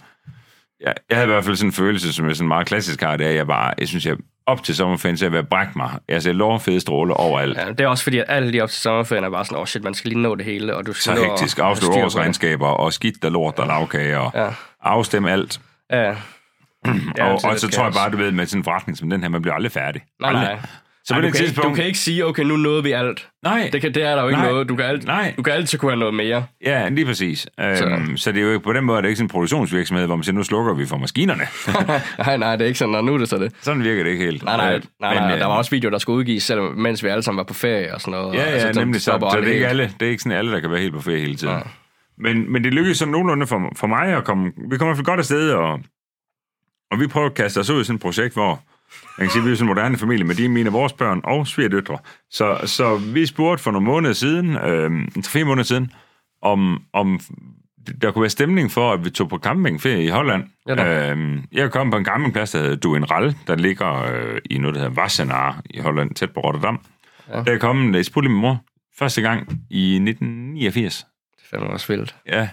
Speaker 2: jeg, jeg havde i hvert fald sådan en følelse, som jeg sådan meget klassisk har, det er, at jeg bare, jeg synes, jeg op til sommerferien, så jeg ved at brække mig. Altså, jeg lover fede stråler overalt.
Speaker 1: Ja, det er også fordi, at alle de op til sommerferien er bare sådan, åh oh shit, man skal lige nå det hele, og du skal
Speaker 2: så
Speaker 1: nå at
Speaker 2: hektisk.
Speaker 1: have styr på
Speaker 2: Afsløre
Speaker 1: det."
Speaker 2: årsregnskaber og skidt der lort og lavkager og
Speaker 1: Ja.
Speaker 2: ja. afstemme alt.
Speaker 1: Ja, ja.
Speaker 2: Ja, og,
Speaker 1: det er
Speaker 2: og
Speaker 1: lidt
Speaker 2: så tror jeg
Speaker 1: kaos.
Speaker 2: bare, du ved, med sådan en forretning som den her, man bliver aldrig færdig.
Speaker 1: Nej,
Speaker 2: aldrig.
Speaker 1: nej.
Speaker 2: Så
Speaker 1: Ej,
Speaker 2: på
Speaker 1: du,
Speaker 2: det
Speaker 1: kan ikke,
Speaker 2: tidspunkt...
Speaker 1: du kan ikke sige, okay, nu nåede vi alt.
Speaker 2: Nej,
Speaker 1: Det, kan, det er der jo ikke
Speaker 2: Nej.
Speaker 1: noget. Du kan, alt,
Speaker 2: Nej.
Speaker 1: du kan altid kunne have noget mere.
Speaker 2: ja, lige præcis. Øhm, så det er jo ikke, på den måde er det ikke sådan en produktionsvirksomhed, hvor man siger, nu slukker vi for maskinerne.
Speaker 1: nej, nej, det er ikke sådan, og nu er det så det.
Speaker 2: sådan virker det ikke helt.
Speaker 1: Nej, nej,
Speaker 2: Øh,
Speaker 1: nej, nej,
Speaker 2: men, øh,
Speaker 1: der var også videoer, der skulle udgives, selv mens vi alle sammen var på ferie og sådan noget.
Speaker 2: Ja, ja,
Speaker 1: altså,
Speaker 2: altså, nemlig. Så,
Speaker 1: stopper
Speaker 2: så det,
Speaker 1: aldrig
Speaker 2: er ikke
Speaker 1: helt.
Speaker 2: alle, det er ikke sådan alle, der kan være helt på ferie hele tiden. Men, men det lykkedes sådan nogenlunde for, for mig at komme... Vi kommer i hvert fald godt afsted, og, og vi prøver at kaste os ud i sådan et projekt, hvor... Man kan sige, vi er sådan en moderne familie med de mine og vores børn og svigerdøtre. Så, så vi spurgte for nogle måneder siden, øh, 3-4 måneder siden, om, om der kunne være stemning for, at vi tog på campingferie i Holland.
Speaker 1: Ja da.
Speaker 2: Øhm, jeg kom på en campingplads, der hedder Duinral, der ligger øh, i noget, der hedder Wassenaar i Holland, tæt på Rotterdam. Ja. Der kom en, jeg spurgte min mor første gang i 1989.
Speaker 1: Det er fandme også vildt.
Speaker 2: Ja.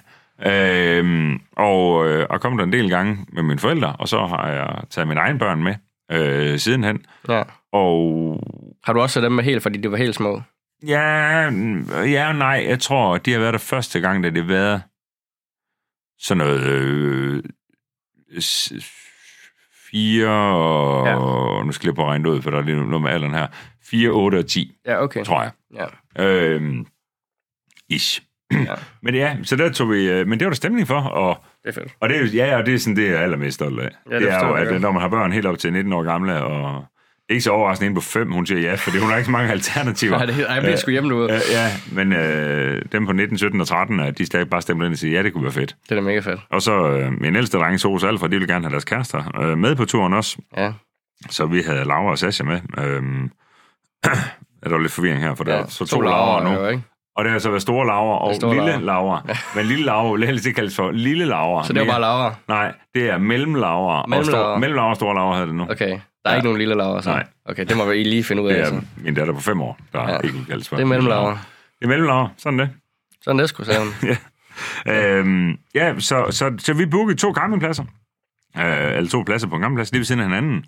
Speaker 2: Øhm, og, øh, og kom der en del gange med mine forældre, og så har jeg taget mine egne børn med øh, sidenhen.
Speaker 1: Ja.
Speaker 2: Og
Speaker 1: Har du også dem med helt, fordi de var helt små?
Speaker 2: ja, mm, ja og nej, jeg tror, de har været der første gang, da det har været sådan noget øh, s- fire, og nu skal jeg lige på at regne det ud, for der er lige noget med alderen her, 4, 8 og 10,
Speaker 1: Ja, okay.
Speaker 2: tror jeg.
Speaker 1: Ja.
Speaker 2: Øhm, ish.
Speaker 1: Ja.
Speaker 2: Ja. Men ja, så der tog vi, øh, men det var der stemning for, og
Speaker 1: Det er fedt.
Speaker 2: Og det er, jo- ja, og det er sådan det, jeg er allermest stolt af.
Speaker 1: det
Speaker 2: det, det er
Speaker 1: forstår
Speaker 2: jo,
Speaker 1: jeg
Speaker 2: at
Speaker 1: godt.
Speaker 2: når man har børn helt op til 19 år gamle, og Ikke så overraskende en på fem, hun siger ja, for hun har ikke så mange alternativer.
Speaker 1: Nej, det, ej, jeg bliver sgu hjemme nu.
Speaker 2: Ja, ja men øh, dem på 19, 17 og 13, er, de stadig bare stemmer ind og siger, ja, det kunne være fedt.
Speaker 1: Det er da mega fedt.
Speaker 2: Og så øh, min ældste drenge, Sohs Alfa, de ville gerne have deres kærester øh, med på turen også.
Speaker 1: Ja.
Speaker 2: Så vi havde Laura og Sasha med. Øhm, er der jo lidt forvirring her, for der
Speaker 1: ja.
Speaker 2: er så to, to Laura nu.
Speaker 1: Jo, ikke?
Speaker 2: Og det har så været store Laura og
Speaker 1: store
Speaker 2: store lille
Speaker 1: Laura.
Speaker 2: Laura. Men lille Laura vil helst ikke kaldes for lille Laura.
Speaker 1: Så det var
Speaker 2: mere.
Speaker 1: bare Laura.
Speaker 2: Nej, det er mellem Laura.
Speaker 1: Mellem
Speaker 2: og stor,
Speaker 1: Laura.
Speaker 2: mellem Laura og store Laura hedder det nu. Okay.
Speaker 1: Okay. Der er ja.
Speaker 2: Ja.
Speaker 1: ikke nogen lille Laura, så.
Speaker 2: Nej.
Speaker 1: Okay, det må vi lige finde ud af.
Speaker 2: Det
Speaker 1: Ja.
Speaker 2: er min datter på fem år, der
Speaker 1: Ja.
Speaker 2: ja. ikke vil kaldes for.
Speaker 1: Det er mellem Laura.
Speaker 2: Det er mellem Laura, sådan det.
Speaker 1: Sådan det sgu, sagde hun.
Speaker 2: Øhm, ja, så, så, så vi bookede to campingpladser. Øh, eller to pladser på en campingplads, lige ved siden af hinanden.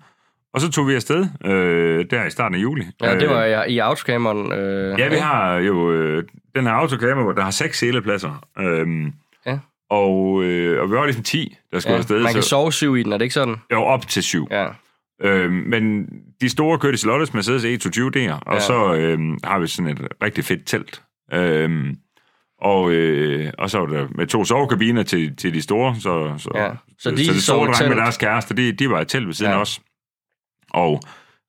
Speaker 2: Og så tog vi afsted øh, der i starten af juli.
Speaker 1: Ja, det var
Speaker 2: øh,
Speaker 1: jeg i Outcammeren. Øh,
Speaker 2: Ja, vi har jo øh, den her autocamper, hvor der har seks selepladser. Øhm,
Speaker 1: Ja.
Speaker 2: og, øh, og vi var ligesom 10, der skulle ja, afsted.
Speaker 1: man kan
Speaker 2: så,
Speaker 1: sove syv i den, er det ikke sådan?
Speaker 2: jo, op til syv.
Speaker 1: Ja.
Speaker 2: Øhm, men de store kørte til Lottes Mercedes E220D'er, og
Speaker 1: Ja.
Speaker 2: ja. så øhm, har vi sådan et rigtig fedt telt. Øhm, og, øh, og så er der med to sovekabiner til, til de store, så, så,
Speaker 1: Ja. Så de
Speaker 2: det
Speaker 1: sov i
Speaker 2: store drenge med
Speaker 1: telt.
Speaker 2: deres kæreste, de, de var i telt ved siden
Speaker 1: Ja.
Speaker 2: ja. af os. Og,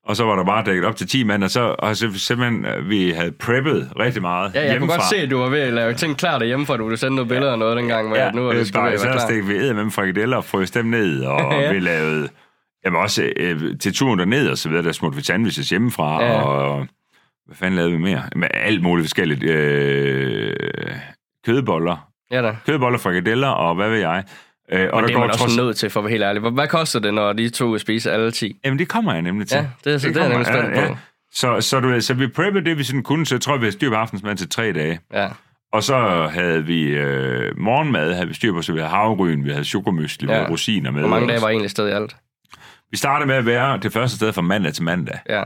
Speaker 2: og så var der bare dækket op til 10 mand, og så og så simpelthen, øh, vi havde preppet rigtig meget
Speaker 1: Ja, jeg
Speaker 2: hjemmefra.
Speaker 1: kunne godt se, at du var ved at lave ting klar derhjemme, for du ville sende nogle billeder og noget dengang, hvor ja, nu er det sgu ved at
Speaker 2: bare,
Speaker 1: være
Speaker 2: øh, så
Speaker 1: klar.
Speaker 2: stik vi æd med frikadeller og frøs dem ned, og
Speaker 1: Ja.
Speaker 2: vi lavede jamen også øh, til turen derned og så videre, der smurte vi sandwiches hjemmefra,
Speaker 1: Ja.
Speaker 2: ja. og hvad fanden lavede vi mere? Med alt muligt forskelligt. Øh, kødboller.
Speaker 1: Ja da.
Speaker 2: Kødboller, frikadeller og hvad ved jeg. Øh, og
Speaker 1: Og det er man også
Speaker 2: trods...
Speaker 1: nødt til, for at være helt ærlig. Hvor- Hvad koster det, når de to spiser alle 10?
Speaker 2: Jamen, det kommer jeg nemlig til.
Speaker 1: Ja, det er- det er jeg
Speaker 2: kommer-
Speaker 1: nemlig spændt på.
Speaker 2: Så, så, du, ved, så vi preppede det, vi sådan kunne, så jeg tror, vi havde styr på aftensmad til tre dage.
Speaker 1: Ja.
Speaker 2: Og så havde vi øh, morgenmad, havde vi styr på, så vi havde havregryn, vi havde chokomysli, vi
Speaker 1: Ja.
Speaker 2: havde rosiner med.
Speaker 1: Hvor mange
Speaker 2: og-
Speaker 1: dage var egentlig sted i alt?
Speaker 2: Vi startede med at være det første sted fra mandag til mandag,
Speaker 1: Ja.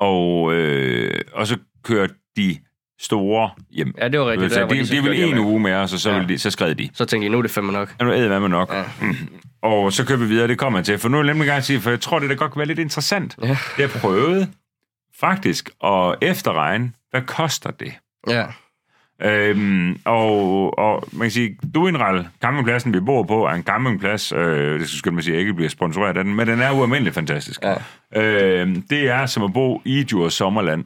Speaker 2: og, øh, og så kørte de store hjem.
Speaker 1: Ja, det var rigtigt.
Speaker 2: så
Speaker 1: der,
Speaker 2: de,
Speaker 1: hvor
Speaker 2: de,
Speaker 1: så
Speaker 2: de
Speaker 1: kørte
Speaker 2: ville en
Speaker 1: hjem.
Speaker 2: uge med os, og så,
Speaker 1: Ja.
Speaker 2: ja. de, så skred de.
Speaker 1: Så tænkte jeg, nu er det fandme nok.
Speaker 2: Ja, nu æder man med nok.
Speaker 1: Ja.
Speaker 2: Ja. Og så kører vi videre, det kommer jeg til. For nu vil jeg nemlig gerne sige, for jeg tror, det der godt kan være lidt interessant.
Speaker 1: Ja.
Speaker 2: Jeg prøvede faktisk at efterregne, hvad koster det?
Speaker 1: Ja.
Speaker 2: Øhm, og, og man kan sige, Duinral, campingpladsen vi bor på, er en campingplads, øh, det skal man sige, jeg ikke bliver sponsoreret af den, men den er ualmindelig fantastisk.
Speaker 1: Ja.
Speaker 2: Øhm, det er som at bo i Djurs sommerland.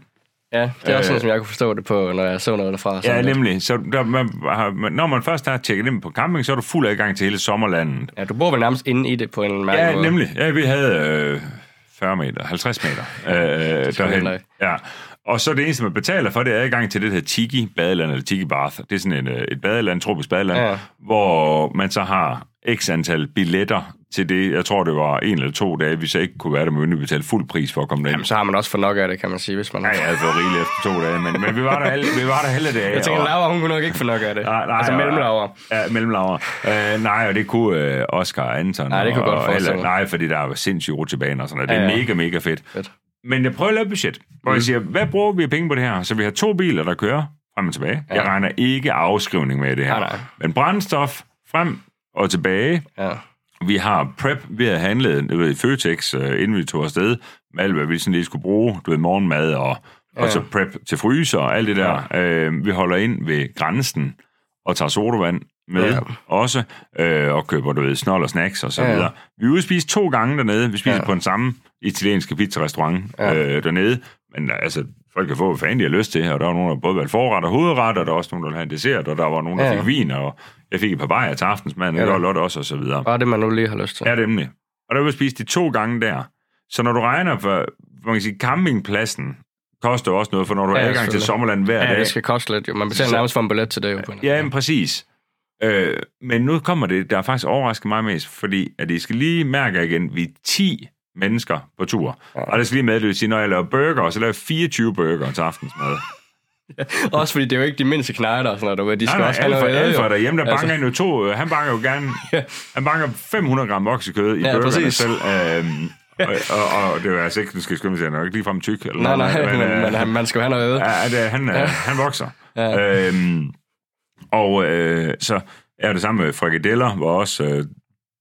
Speaker 1: Ja, det er også
Speaker 2: Øh.
Speaker 1: sådan, som jeg kunne forstå det på, når jeg så noget derfra.
Speaker 2: Ja,
Speaker 1: sådan lidt.
Speaker 2: nemlig. Så der, man, har- man- når man først har tjekket ind på camping, så er du fuld adgang til hele sommerlandet.
Speaker 1: Ja, du bor vel nærmest inde i det på en mærkelig
Speaker 2: Ja,
Speaker 1: måde.
Speaker 2: nemlig. Ja, vi havde øh, 40 meter, 50 meter øh,
Speaker 1: skal man
Speaker 2: derhen.
Speaker 1: heller ikke.
Speaker 2: Ja. Og så det eneste, man betaler for, det er adgang til det her Tiki-badeland, eller Tiki-bath. Det er sådan et, øh, et badeland, tropisk badeland,
Speaker 1: Ja.
Speaker 2: ja. hvor man så har x antal billetter til det. Jeg tror, det var en eller to dage, vi så ikke kunne være der, men vi betalte fuld pris for at komme derind.
Speaker 1: Jamen, så har man også for nok af det, kan man sige, hvis man...
Speaker 2: Nej, jeg havde fået rigeligt efter to dage, men, men vi var der, alle, vi var der hele dage.
Speaker 1: Jeg tænker,
Speaker 2: og-
Speaker 1: Laura, hun kunne nok ikke få nok af det.
Speaker 2: Nej, nej,
Speaker 1: altså
Speaker 2: og-
Speaker 1: mellemlaver.
Speaker 2: Ja, mellemlaver. Øh, nej, og det kunne øh, Oscar og Anton.
Speaker 1: Nej, det kunne jeg
Speaker 2: og,
Speaker 1: godt forestille
Speaker 2: og-
Speaker 1: mig.
Speaker 2: Nej, fordi der er sindssyge rutsjebaner og sådan noget. Det er
Speaker 1: Ja,
Speaker 2: ja,
Speaker 1: ja.
Speaker 2: ja. mega, mega fedt.
Speaker 1: Fedt. Mm.
Speaker 2: Men jeg prøver at lave et budget, hvor jeg siger, hvad bruger vi af penge på det her? Så vi har to biler, der kører frem og tilbage. Ja. Jeg regner ikke afskrivning med i det her.
Speaker 1: Nej, nej.
Speaker 2: Men brændstof frem og tilbage.
Speaker 1: Ja.
Speaker 2: Vi har prep ved at handle du ved, i Føtex, øh, inden vi tog afsted, med alt, hvad vi sådan lige skulle bruge, du ved, morgenmad og, og så prep til fryser og alt det der. Øh, vi holder ind ved grænsen og tager sodavand med
Speaker 1: Ja.
Speaker 2: ja. også, øh, og køber, du ved, snold og snacks og så
Speaker 1: Ja, ja.
Speaker 2: videre. Vi er ude at spise to gange dernede. Vi spiser
Speaker 1: Ja.
Speaker 2: ja. på den samme italienske pizzarestaurant
Speaker 1: Ja.
Speaker 2: ja. øh, dernede. Men altså, folk kan få, hvad fanden de har lyst til her. Og der var nogen, der både valgte forret og hovedret, og der var også nogen, der ville have en dessert, og der var nogen, der
Speaker 1: Ja, ja.
Speaker 2: fik vin, og jeg fik et par bajer til aftensmad, og
Speaker 1: Ja,
Speaker 2: det
Speaker 1: da.
Speaker 2: var Lotte også, og så videre.
Speaker 1: Bare det, man nu lige har lyst til.
Speaker 2: Ja, det er nemlig. Og der vil spise de to gange der. Så når du regner for, for man kan sige, campingpladsen koster jo også noget, for når du har
Speaker 1: Ja,
Speaker 2: adgang til
Speaker 1: selvfølgelig.
Speaker 2: sommerland hver
Speaker 1: Ja,
Speaker 2: dag.
Speaker 1: det skal koste lidt, jo. Man betaler
Speaker 2: Så-
Speaker 1: nærmest for en billet til det, jo. på en eller
Speaker 2: Ja,
Speaker 1: anden
Speaker 2: men præcis. Øh, men nu kommer det, der faktisk overrasker mig mest, fordi at I skal lige mærke igen, vi er 10 mennesker på tur. Ja. Og det skal lige med, at jeg siger, når jeg laver burger, så laver jeg 24 burger til aftensmad.
Speaker 1: måde. Også fordi det er jo ikke de mindste knejder og sådan noget, du ved. De
Speaker 2: Nej,
Speaker 1: skal
Speaker 2: nej,
Speaker 1: også have
Speaker 2: Alfa,
Speaker 1: noget at æde,
Speaker 2: Alfa
Speaker 1: jo.
Speaker 2: derhjemme, der
Speaker 1: Altså.
Speaker 2: banker altså. jo to, øh, han banker jo gerne, han banker 500 gram oksekød i
Speaker 1: Ja,
Speaker 2: ja, burgerne
Speaker 1: præcis.
Speaker 2: selv. Øhm, og, og, og, det er jo altså ikke, nu skal jeg skynde mig, at sige, han er jo ikke ligefrem tyk. Eller
Speaker 1: Nej,
Speaker 2: noget,
Speaker 1: nej, men,
Speaker 2: øh,
Speaker 1: men, han- man skal jo have noget at æde.
Speaker 2: Ja, det, er- han, ja. han vokser.
Speaker 1: Ja.
Speaker 2: Ja. Øhm, og øh, så er det samme med frikadeller, hvor også øh,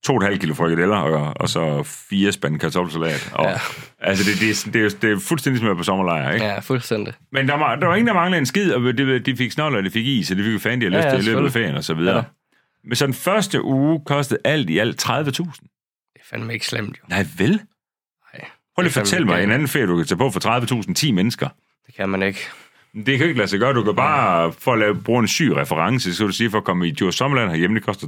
Speaker 2: 2,5 kilo frikadeller, og, og så fire spand kartoffelsalat. Og,
Speaker 1: Ja.
Speaker 2: ja. Altså, det, det, er sådan- det, er, jo- det er fuldstændig som at være på sommerlejr, ikke? Ja.
Speaker 1: Ja, fuldstændig.
Speaker 2: Men der var, der var ingen, der manglede en skid, og de, de fik snold, og de fik is, og de fik jo fanden, de havde
Speaker 1: Ja,
Speaker 2: lyst
Speaker 1: ja,
Speaker 2: til i løbet
Speaker 1: selvfølgelig.
Speaker 2: af ferien, og så videre.
Speaker 1: Ja.
Speaker 2: Ja. Men så den første uge kostede alt i alt 30.000.
Speaker 1: Det er fandme ikke slemt, jo.
Speaker 2: Nej, vel?
Speaker 1: Nej.
Speaker 2: Prøv lige at
Speaker 1: Det er
Speaker 2: fortælle mig
Speaker 1: fandme
Speaker 2: en
Speaker 1: galt.
Speaker 2: anden ferie, du kan tage på for 30.000 10 mennesker.
Speaker 1: Det kan man ikke.
Speaker 2: Det kan jo ikke lade sig gøre. Du kan bare, for at lave, bruge en syg reference, så skal du sige, for at komme i Djurs Sommerland herhjemme, det koster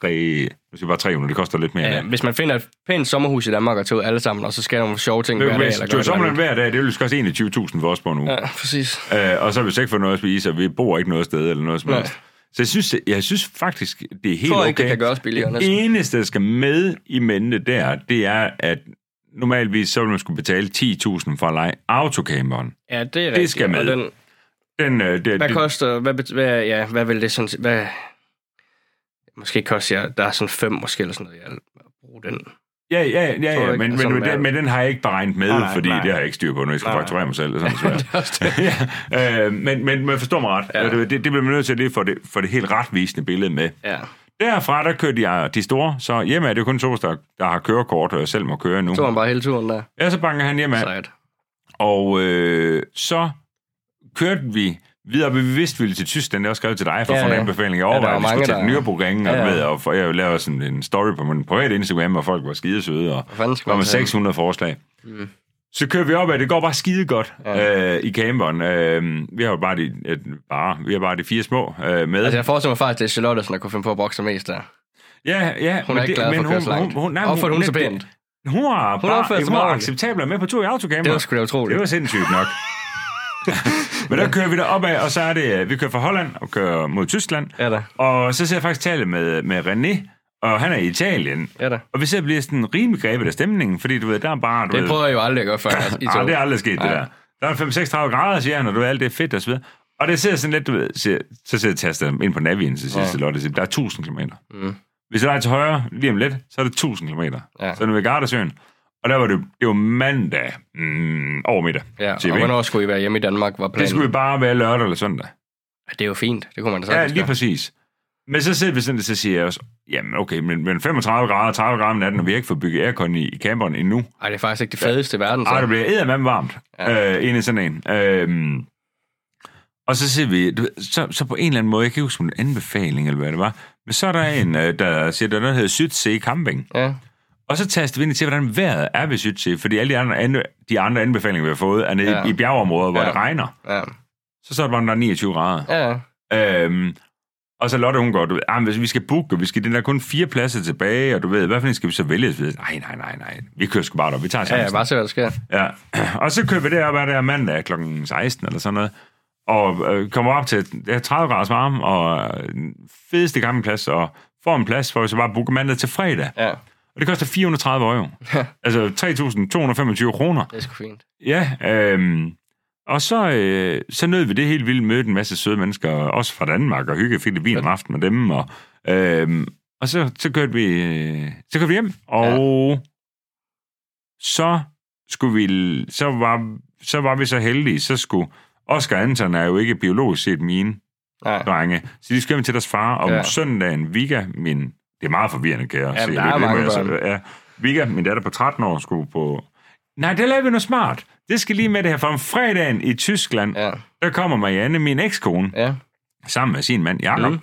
Speaker 2: 3, du siger bare 300, det koster lidt mere.
Speaker 1: Ja.
Speaker 2: Ja,
Speaker 1: Øh, Hvis man finder et pænt sommerhus i Danmark og tager ud alle sammen, og så skal nogle sjove ting hver dag. Eller
Speaker 2: Djurs
Speaker 1: gør
Speaker 2: Sommerland
Speaker 1: noget
Speaker 2: hver dag, det vil koste 21.000 for os på en uge.
Speaker 1: andet. Ja, præcis.
Speaker 2: Øh, og så har vi så ikke fået noget at spise, og vi bor ikke noget sted eller noget som
Speaker 1: Nej.
Speaker 2: helst. Så jeg synes, jeg synes faktisk, det er helt
Speaker 1: Tror
Speaker 2: okay.
Speaker 1: ikke, det kan gøres billigere,
Speaker 2: Det
Speaker 1: næsten.
Speaker 2: eneste, der skal med i mente der, det er, at normalvis så vil man skulle betale 10.000 for at lege autocamperen.
Speaker 1: Ja, det er rigtigt.
Speaker 2: skal med.
Speaker 1: Og Den,
Speaker 2: Den, øh, det,
Speaker 1: hvad
Speaker 2: det,
Speaker 1: koster... Hvad, bet- hvad, ja, hvad vil det sådan... set- Hvad, måske koster jeg... Der er sådan fem måske eller sådan noget, jeg bruger den.
Speaker 2: Ja, ja, ja,
Speaker 1: Tror du
Speaker 2: ja
Speaker 1: ikke,
Speaker 2: men,
Speaker 1: at sådan
Speaker 2: men, men,
Speaker 1: er det?
Speaker 2: den, men den har jeg ikke beregnet med,
Speaker 3: Nej,
Speaker 2: nej,
Speaker 3: nej,
Speaker 2: fordi
Speaker 3: nej.
Speaker 2: nej. det har jeg ikke styr på, når jeg skal
Speaker 3: Nej, nej.
Speaker 2: fakturere mig selv. Sådan, svært.
Speaker 1: også
Speaker 2: ja, øh, men, men, men forstår mig ret.
Speaker 1: Ja.
Speaker 2: Ja. Det, det bliver man nødt til lige for det, for det helt retvisende billede med.
Speaker 1: Ja.
Speaker 2: Derfra, der kører de, de store, så hjemme er det jo kun Tobias, der, der har kørekort og selv må køre nu.
Speaker 1: Så var man bare hele turen der.
Speaker 2: Ja, så banker han hjemme af.
Speaker 1: Sejt.
Speaker 2: Og øh, så kørte vi videre, men vi vidste, vi ville til Tyskland. Det har jeg også skrevet til dig for
Speaker 1: Ja,
Speaker 2: at få en
Speaker 1: ja.
Speaker 2: anbefaling. Jeg
Speaker 1: Ja, der
Speaker 2: overvejede,
Speaker 1: var
Speaker 2: at vi skulle
Speaker 1: mange,
Speaker 2: til den
Speaker 1: der-
Speaker 2: Nürburgring, og,
Speaker 1: Ja, ja.
Speaker 2: ja, ja. og for, jeg lavede sådan en story på min private Instagram, hvor folk var skide søde, og
Speaker 1: Hvad fanden skal
Speaker 2: der var
Speaker 1: man Mm. tage?
Speaker 2: 600 forslag. Så kører vi op af, det går bare skide godt ja. øh, i camperen. Øh, vi har jo bare de, øh, bare, vi har bare de fire små øh, med.
Speaker 1: Altså, jeg forestiller mig faktisk, det er Charlotte, der kunne finde på at bokse mest der.
Speaker 2: ja, ja,
Speaker 1: Hun er ikke glad for at køre så langt. Hvorfor er hun så pænt?
Speaker 2: Hun har
Speaker 1: Hun opfører
Speaker 2: bare,
Speaker 1: sig
Speaker 2: hun var
Speaker 1: ordentligt.
Speaker 2: acceptabel og med på tur i autocamper.
Speaker 1: Det var sgu da
Speaker 2: Det
Speaker 1: utroligt.
Speaker 2: var sindssygt nok. Men der kører vi derop af, og så er det, øh, vi kører fra Holland og kører mod Tyskland.
Speaker 1: Ja da.
Speaker 2: Og så ser jeg faktisk tale med, med René, og han er i Italien.
Speaker 1: Ja da.
Speaker 2: Og vi ser bliver sådan rimelig grebet af stemningen, fordi du ved, der er bare... Du
Speaker 1: Det
Speaker 2: ved,
Speaker 1: prøver jeg jo aldrig at gøre før. Altså, I
Speaker 2: ah,
Speaker 1: tog.
Speaker 2: det er aldrig sket, det der. Der er 5-36 grader, siger han, og du ved, alt det er fedt og så videre. Og det ser sådan lidt, du ved, siger, så ser jeg tastet ind på Navien, så siger ja. Lotte, siger, der er 1000 km. Mm. Hvis jeg er til højre lige om lidt, så er det 1000 km.
Speaker 1: Ja.
Speaker 2: Ja. Så er det ved Gardasøen. Og der var det, det var mandag mm, over middag.
Speaker 1: Ja,
Speaker 2: siger
Speaker 1: og
Speaker 2: vi, ikke?
Speaker 1: hvornår skulle I være hjemme i Danmark, var
Speaker 2: Det
Speaker 1: planen.
Speaker 2: skulle jo bare være lørdag eller søndag.
Speaker 1: Ja, Det er jo fint, det kunne man da
Speaker 2: Ja,
Speaker 1: sagtens
Speaker 2: lige præcis. Men så sidder vi sådan, så siger jeg også, jamen okay, men, men 35 grader, 30 grader om natten, og vi har ikke fået bygget aircon i, i camperen endnu.
Speaker 1: gøre. Ej, det er faktisk ikke det fedeste i verden. Så.
Speaker 2: Ej, det bliver eddermame varmt ja. øh, inde i sådan en. Øh, og så siger vi, du, ved, så, så på en eller anden måde, jeg kan ikke huske om det var en anbefaling, eller hvad det var, men så er der en, øh, der siger, der er noget, der hedder Sydsee Camping.
Speaker 1: Ja.
Speaker 2: Og så taster vi ind til, hvordan vejret er ved Sydsee, fordi alle de andre, andre, de andre anbefalinger, vi har fået, er nede
Speaker 1: Ja.
Speaker 2: ja. i, i bjergeområder, hvor
Speaker 1: Ja.
Speaker 2: ja. det regner.
Speaker 1: Ja.
Speaker 2: Så står der bare, om der er 29 grader.
Speaker 1: ja, ja.
Speaker 2: Øhm, og så Lotte, hun går, du ved, ah, men hvis vi skal booke, og vi skal, den der er kun fire pladser tilbage, og du ved, hvad for en skal vi så vælge? Så vi siger, nej, nej, nej, nej, vi kører sgu bare derop, vi tager
Speaker 1: ja,
Speaker 2: chancen.
Speaker 1: ja, bare se, hvad der sker.
Speaker 2: Ja. Og så kører vi derop, hvad der er mandag kl. 16 eller sådan noget, og øh, kommer op til ja, 30 graders varme, og øh, den fedeste campingplads, og får en plads, hvor vi så bare booker mandag til fredag.
Speaker 1: Ja,
Speaker 2: Og det koster 430 euro. altså 3.225 kroner.
Speaker 1: det er sgu fint.
Speaker 2: Ja, øhm, og så, øh, så nød vi det helt vildt, mødte en masse søde mennesker, også fra Danmark, og hyggede fik vin om aftenen med dem, og, øhm, og så, så, kørte vi, øh, så kørte vi hjem, og ja. så skulle vi, så var, så var vi så heldige, så skulle, Oscar og Anton er jo ikke biologisk set mine
Speaker 1: Nej.
Speaker 2: drenge, så de skulle hjem til deres far om
Speaker 1: Ja.
Speaker 2: ja. søndagen. Vika, min... Det er meget forvirrende, kan jeg
Speaker 1: Ja,
Speaker 2: se.
Speaker 1: der
Speaker 2: Det-
Speaker 1: er
Speaker 2: det må
Speaker 1: mange
Speaker 2: jeg så-
Speaker 1: børn.
Speaker 2: Ja. Vika, min datter på 13 år, skulle på... Nej, der lavede vi noget smart. Det skal lige med det her. For om fredagen i Tyskland, ja.
Speaker 1: Ja,
Speaker 2: der kommer Marianne, min ekskone,
Speaker 1: ja.
Speaker 2: sammen med sin mand Jakob,
Speaker 1: Mm.
Speaker 2: mm.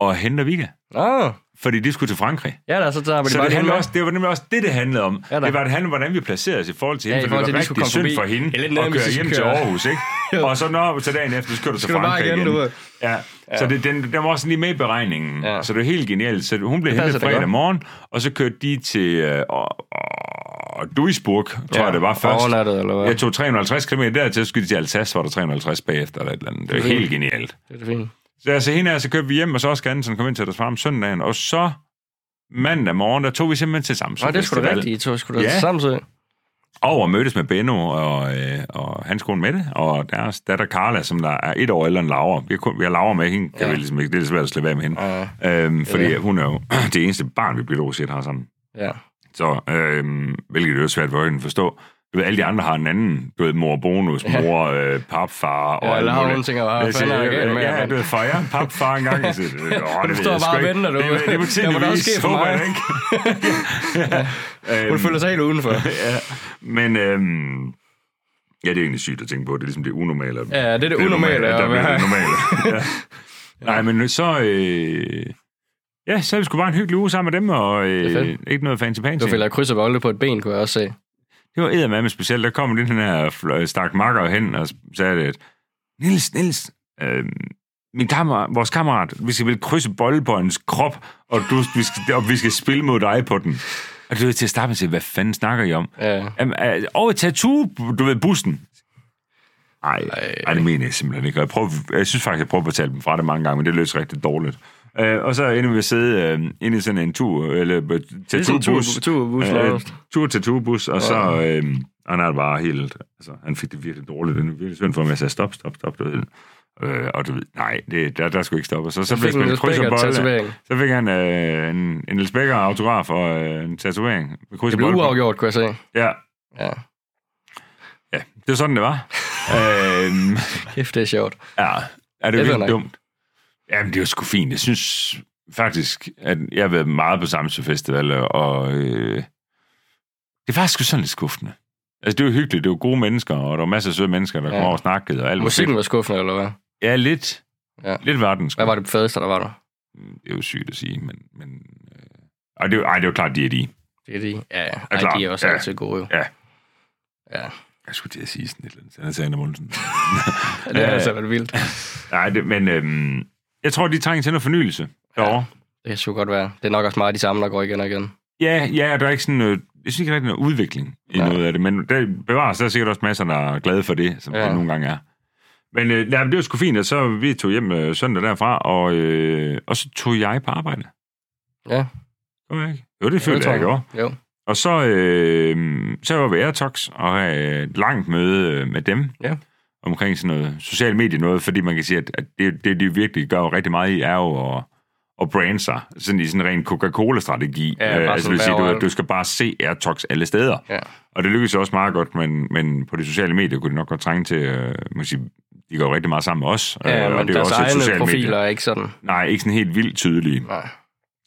Speaker 2: og henter Vika.
Speaker 1: Nå,
Speaker 2: Fordi de skulle til Frankrig.
Speaker 1: ja, der, så tager vi det
Speaker 2: Så
Speaker 1: bare
Speaker 2: det,
Speaker 1: lige
Speaker 2: handler
Speaker 1: med.
Speaker 2: også, det var nemlig også det, det handlede om.
Speaker 1: Ja,
Speaker 2: Ja,
Speaker 1: da.
Speaker 2: det var, det handlede om, hvordan vi placerede os i forhold til
Speaker 1: Ja,
Speaker 2: hende,
Speaker 1: i
Speaker 2: for
Speaker 1: forhold
Speaker 2: det
Speaker 1: til,
Speaker 2: var
Speaker 1: at de skulle
Speaker 2: rigtig
Speaker 1: komme
Speaker 2: synd for
Speaker 1: forbi.
Speaker 2: hende
Speaker 1: Det er lidt
Speaker 2: at
Speaker 1: nærmest,
Speaker 2: køre
Speaker 1: de
Speaker 2: hjem
Speaker 1: skal
Speaker 2: til
Speaker 1: køre-
Speaker 2: Aarhus, ikke? og så, når, så dagen efter, så kører du til
Speaker 1: du bare
Speaker 2: Frankrig
Speaker 1: igen,
Speaker 2: igen.
Speaker 1: du ved.
Speaker 2: Ja, så det, den, den var også lige med i beregningen.
Speaker 1: Ja.
Speaker 2: Ja. Så det var helt genialt. Så hun blev
Speaker 1: passer
Speaker 2: hentet
Speaker 1: da
Speaker 2: fredag
Speaker 1: godt.
Speaker 2: morgen, og så kørte de til øh, og, og Duisburg, tror
Speaker 1: Ja,
Speaker 2: jeg det var først.
Speaker 1: overnattet, eller hvad?
Speaker 2: Jeg tog 350 km dertil, så skulle de til Alsace, hvor der 350 bagefter eller et eller andet. Det var
Speaker 1: Vildt.
Speaker 2: helt genialt.
Speaker 1: Det er det fint.
Speaker 2: Så altså, hende her, så kørte vi hjem, og så også Andersen kom ind til deres far om søndagen, og så mandag morgen, der tog vi simpelthen til Samsø.
Speaker 1: Nå, det skulle da
Speaker 2: Festival.
Speaker 1: rigtigt, I to skulle da
Speaker 2: Ja.
Speaker 1: til Samsø.
Speaker 2: Over mødtes med Benno og, øh, og hans kone Mette, og deres datter Carla, som der er et år ældre end Laura. Vi har, kun, vi har Laura med hende, kan
Speaker 1: Ja.
Speaker 2: ja. vi ligesom ikke, det er svært at slippe af med hende.
Speaker 1: Ja,
Speaker 2: Øhm, fordi
Speaker 1: Ja.
Speaker 2: hun er jo det eneste barn, vi biologisk set har sammen.
Speaker 1: ja.
Speaker 2: Så, øhm, hvilket det er svært for hende at forstå. Du ved, alle de andre har en anden, du ved, mor bonus, mor, øh, papfar og
Speaker 1: Ja,
Speaker 2: alt
Speaker 1: eller har
Speaker 2: muligt.
Speaker 1: hun tænker bare, hvad
Speaker 2: Jeg
Speaker 1: fanden
Speaker 2: siger,
Speaker 1: er der galt med?
Speaker 2: Ja,
Speaker 1: mand?
Speaker 2: du ved, for jeg papfar engang. Jeg siger, Åh, det ved
Speaker 1: står bare
Speaker 2: jeg sgu
Speaker 1: og
Speaker 2: ikke.
Speaker 1: venter, du.
Speaker 2: Det, det, det må
Speaker 1: Der må da også
Speaker 2: tændeligvis,
Speaker 1: ske for
Speaker 2: håber
Speaker 1: mig.
Speaker 2: jeg ikke. Øhm.
Speaker 1: Hun føler sig helt udenfor.
Speaker 2: ja, men øhm, ja, det er egentlig sygt at tænke på. Det er ligesom det unormale.
Speaker 1: Ja, det er det unormale.
Speaker 2: Det er
Speaker 1: at
Speaker 2: normale,
Speaker 1: være-
Speaker 2: det normale. ja. Nej, men så... Øh, ja, så er vi sgu bare en hyggelig uge sammen med dem, og
Speaker 1: Det er
Speaker 2: øh,
Speaker 1: fedt.
Speaker 2: ikke noget fancy
Speaker 1: Du
Speaker 2: pansy.
Speaker 1: fælder kryds og bolde på et ben, kunne jeg også se.
Speaker 2: det var eddermame specielt. Der kom lige den her fl- øh, stak makker hen og sagde, at Nils, Nils, øh, min kammer, vores kammerat, vi skal vel krydse boldbåndens krop, og, du, vi skal, og vi skal spille mod dig på den. Og du ved til at starte med at sige, hvad fanden snakker I om?
Speaker 1: Ja.
Speaker 2: Jamen, øh, over tattoo, du ved, bussen. Nej,
Speaker 1: Ej.
Speaker 2: nej, det mener jeg simpelthen ikke. Og Jeg, prøver, jeg synes faktisk, jeg prøver at tale dem fra det mange gange, men det løs rigtig dårligt. Øh, og så ender vi at sidde øh, inde i sådan en tur, eller øh,
Speaker 1: sådan en
Speaker 2: tattoo-bus.
Speaker 1: tur- turbus, nærmest.
Speaker 2: tur tattoo-bus, og så... Øh, og han er bare helt... Altså, han fik det virkelig dårligt. Det er virkelig synd for mig, at jeg sagde, stop, stop, stop, du ved. Øh, og du ved, nej, det, der, der skulle ikke stoppe. Og Så, så,
Speaker 1: fik
Speaker 2: blev
Speaker 1: en
Speaker 2: spillet
Speaker 1: Niels
Speaker 2: kryds og
Speaker 1: Becker
Speaker 2: bold.
Speaker 1: tatovering.
Speaker 2: Så fik han øh, en, en Niels Becker autograf og øh, en tatovering. med
Speaker 1: Det
Speaker 2: kryds og
Speaker 1: blev
Speaker 2: bold på.
Speaker 1: uafgjort, kunne jeg se.
Speaker 2: Ja,
Speaker 1: Ja.
Speaker 2: Ja, det var sådan, det var. øhm,
Speaker 1: Kæft, det er sjovt.
Speaker 2: ja, er
Speaker 1: Det
Speaker 2: det, det
Speaker 1: ved jeg
Speaker 2: virkelig
Speaker 1: ikke.
Speaker 2: dumt? Jamen, det er jo sgu fint. Jeg synes faktisk, at jeg har været meget på Samsø Festival, og øh, det var sgu sådan lidt skuffende. Altså, det var hyggeligt. Det var gode mennesker, og der var masser af søde mennesker, der
Speaker 1: Ja.
Speaker 2: ja. kom over og snakkede. Og alt var
Speaker 1: Musikken
Speaker 2: fedt.
Speaker 1: var skuffende, eller hvad?
Speaker 2: Ja, lidt.
Speaker 1: Ja.
Speaker 2: Ja. Lidt var den sgu.
Speaker 1: Hvad var det fedeste, der var der?
Speaker 2: Det er jo sygt at sige, men... men øh, ej, det er jo- ej, det er jo klart, de er de.
Speaker 1: Det er de. Ja, ja.
Speaker 2: Er
Speaker 1: Ej,
Speaker 2: klar.
Speaker 1: de er også
Speaker 2: Ja.
Speaker 1: altid gode, jo.
Speaker 2: Ja.
Speaker 1: Ja,
Speaker 2: Jeg skulle til at sige sådan et eller andet. Sådan sagde Anna Mogensen.
Speaker 1: det er
Speaker 2: Ja.
Speaker 1: altså været vildt.
Speaker 2: Nej, det, men øhm, jeg tror, de trænger til noget fornyelse derovre.
Speaker 1: Det kan sgu godt være. Det er nok også meget de samme, der går igen og igen.
Speaker 2: Ja, ja, og der er ikke sådan noget, jeg synes ikke rigtig noget udvikling i
Speaker 1: Nej.
Speaker 2: Nej. noget af det, men der bevares, der er sikkert også masser, der er glade for det, som
Speaker 1: Ja.
Speaker 2: ja. det nogle gange er. Men øh, nej, men det var sgu fint, og så vi tog hjem øh, søndag derfra, og, øh, og så tog jeg på arbejde.
Speaker 1: Ja.
Speaker 2: Kom jeg ikke? Jo, det følte
Speaker 1: tror
Speaker 2: jeg, jeg gjorde.
Speaker 1: Jo.
Speaker 2: Og så, øh, så var vi Airtox og havde et langt møde øh, med dem
Speaker 1: Ja.
Speaker 2: omkring sådan noget sociale medier noget, fordi man kan sige, at at det, det de virkelig gør rigtig meget i, er jo at, at brande sig, sådan i sådan en ren Coca-Cola-strategi.
Speaker 1: Ja, bare
Speaker 2: Øh,
Speaker 1: sådan
Speaker 2: altså, vil sige, du,
Speaker 1: overalt.
Speaker 2: du skal bare se Airtox alle steder.
Speaker 1: Ja.
Speaker 2: Og det lykkedes også meget godt, men, men på de sociale medier kunne de nok godt trænge til, øh, man siger, de går jo rigtig meget sammen med os.
Speaker 1: Ja,
Speaker 2: øh,
Speaker 1: men
Speaker 2: jo
Speaker 1: deres
Speaker 2: også et
Speaker 1: egne
Speaker 2: socialt medie.
Speaker 1: profiler er ikke sådan.
Speaker 2: Nej, ikke sådan helt vildt tydelige.
Speaker 1: Nej.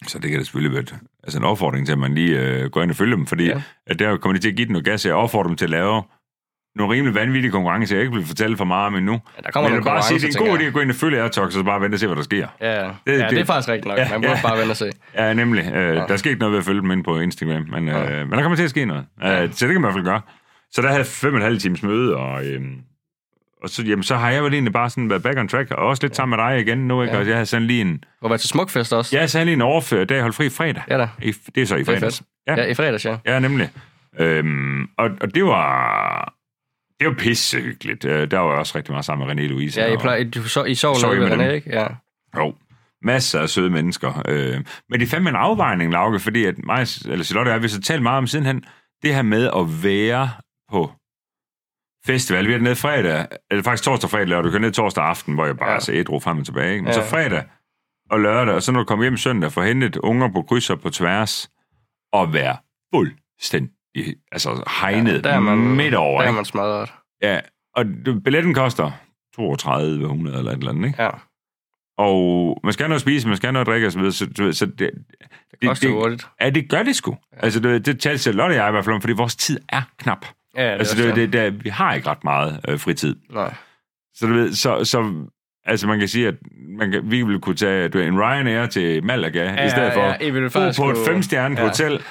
Speaker 2: Så det kan da selvfølgelig være et- altså en opfordring til, at man lige øh, går ind og følger dem, fordi
Speaker 1: Ja.
Speaker 2: ja. at der kommer de til at give den noget gas, og jeg opfordrer dem til at lave nogle rimelig vanvittige konkurrencer. Jeg ikke vil fortælle for meget om endnu.
Speaker 1: Ja, der kommer
Speaker 2: Men jeg
Speaker 1: nogle
Speaker 2: vil bare sige, det er en god idé
Speaker 1: konkurrencer,
Speaker 2: at gå ind og følge Airtox, og så bare vente og se, hvad der sker.
Speaker 1: Ja, ja.
Speaker 2: Det-
Speaker 1: ja, det er
Speaker 2: det-
Speaker 1: faktisk rigtigt nok.
Speaker 2: Ja,
Speaker 1: Man burde
Speaker 2: ja.
Speaker 1: bare vende og se.
Speaker 2: Ja, nemlig. Øh,
Speaker 1: Ja.
Speaker 2: ja. Der sker ikke noget ved at følge dem ind på Instagram, men, øh,
Speaker 1: Ja.
Speaker 2: men der kommer til at ske noget. Øh,
Speaker 1: Ja.
Speaker 2: Så det kan man i hvert fald gøre. Så der havde jeg fem og en halv times møde, og, øh, og så, jamen, så har jeg vel egentlig bare sådan været back on track, og også lidt sammen med dig igen nu, ikke?
Speaker 1: Ja.
Speaker 2: Ja. Og jeg havde sådan lige en,
Speaker 1: Du har været til smukfest også.
Speaker 2: jeg havde sådan lige en overført dag, holdt fri fredag.
Speaker 1: Ja da.
Speaker 2: I, det er så i
Speaker 1: Det er
Speaker 2: fredags.
Speaker 1: fedt. Ja. ja, i fredags, ja.
Speaker 2: Ja, nemlig. Øhm, og, og det var... Det var pissehyggeligt. Øh, Der var jeg også rigtig meget sammen med René Louise.
Speaker 1: Ja, I,
Speaker 2: og-
Speaker 1: plejer, du, så, I sov
Speaker 2: Sov
Speaker 1: noget
Speaker 2: I
Speaker 1: ved
Speaker 2: med
Speaker 1: René,
Speaker 2: dem?
Speaker 1: ikke? Ja.
Speaker 2: Jo, masser af søde mennesker. Øh, men det er fandme en afvejning, Lauke, fordi at mig, eller Charlotte og jeg, vi har talt meget om sidenhen, det her med at være på festival. Vi er nede fredag, eller faktisk torsdag, fredag, lørdag. Du kører ned torsdag aften, hvor jeg bare
Speaker 1: Ja.
Speaker 2: ja. så ædru frem og tilbage. Ikke? Men
Speaker 1: Ja.
Speaker 2: ja. så fredag og lørdag, og så når du kommer hjem søndag, får hentet unger på kryds og på tværs, og være fuldstændig altså hegnet ja,
Speaker 1: der er man,
Speaker 2: midt over.
Speaker 1: Der er
Speaker 2: ikke?
Speaker 1: man smadret.
Speaker 2: Ja, og du- billetten koster 3200 eller et eller andet, ikke?
Speaker 1: Ja,
Speaker 2: Og man skal have noget at spise, man skal have noget at drikke osv., så, du ved, så det,
Speaker 1: det koster
Speaker 2: det-
Speaker 1: jo hurtigt.
Speaker 2: ja, det gør det sgu. Altså, det, det talte Charlotte og jeg i hvert fald om, fordi vores tid er knap.
Speaker 1: Ja, det
Speaker 2: altså,
Speaker 1: er
Speaker 2: det,
Speaker 1: også det.
Speaker 2: det, det, vi har ikke ret meget øh, fritid.
Speaker 1: Nej.
Speaker 2: Så du ved, så, så altså, man kan sige, at man kan, vi ville kunne tage du ved, en Ryanair til Malaga,
Speaker 1: Ja,
Speaker 2: i stedet for
Speaker 1: ja, I ville
Speaker 2: bo
Speaker 1: faktisk
Speaker 2: på et
Speaker 1: kunne-
Speaker 2: femstjernet
Speaker 1: ja.
Speaker 2: ja. hotel,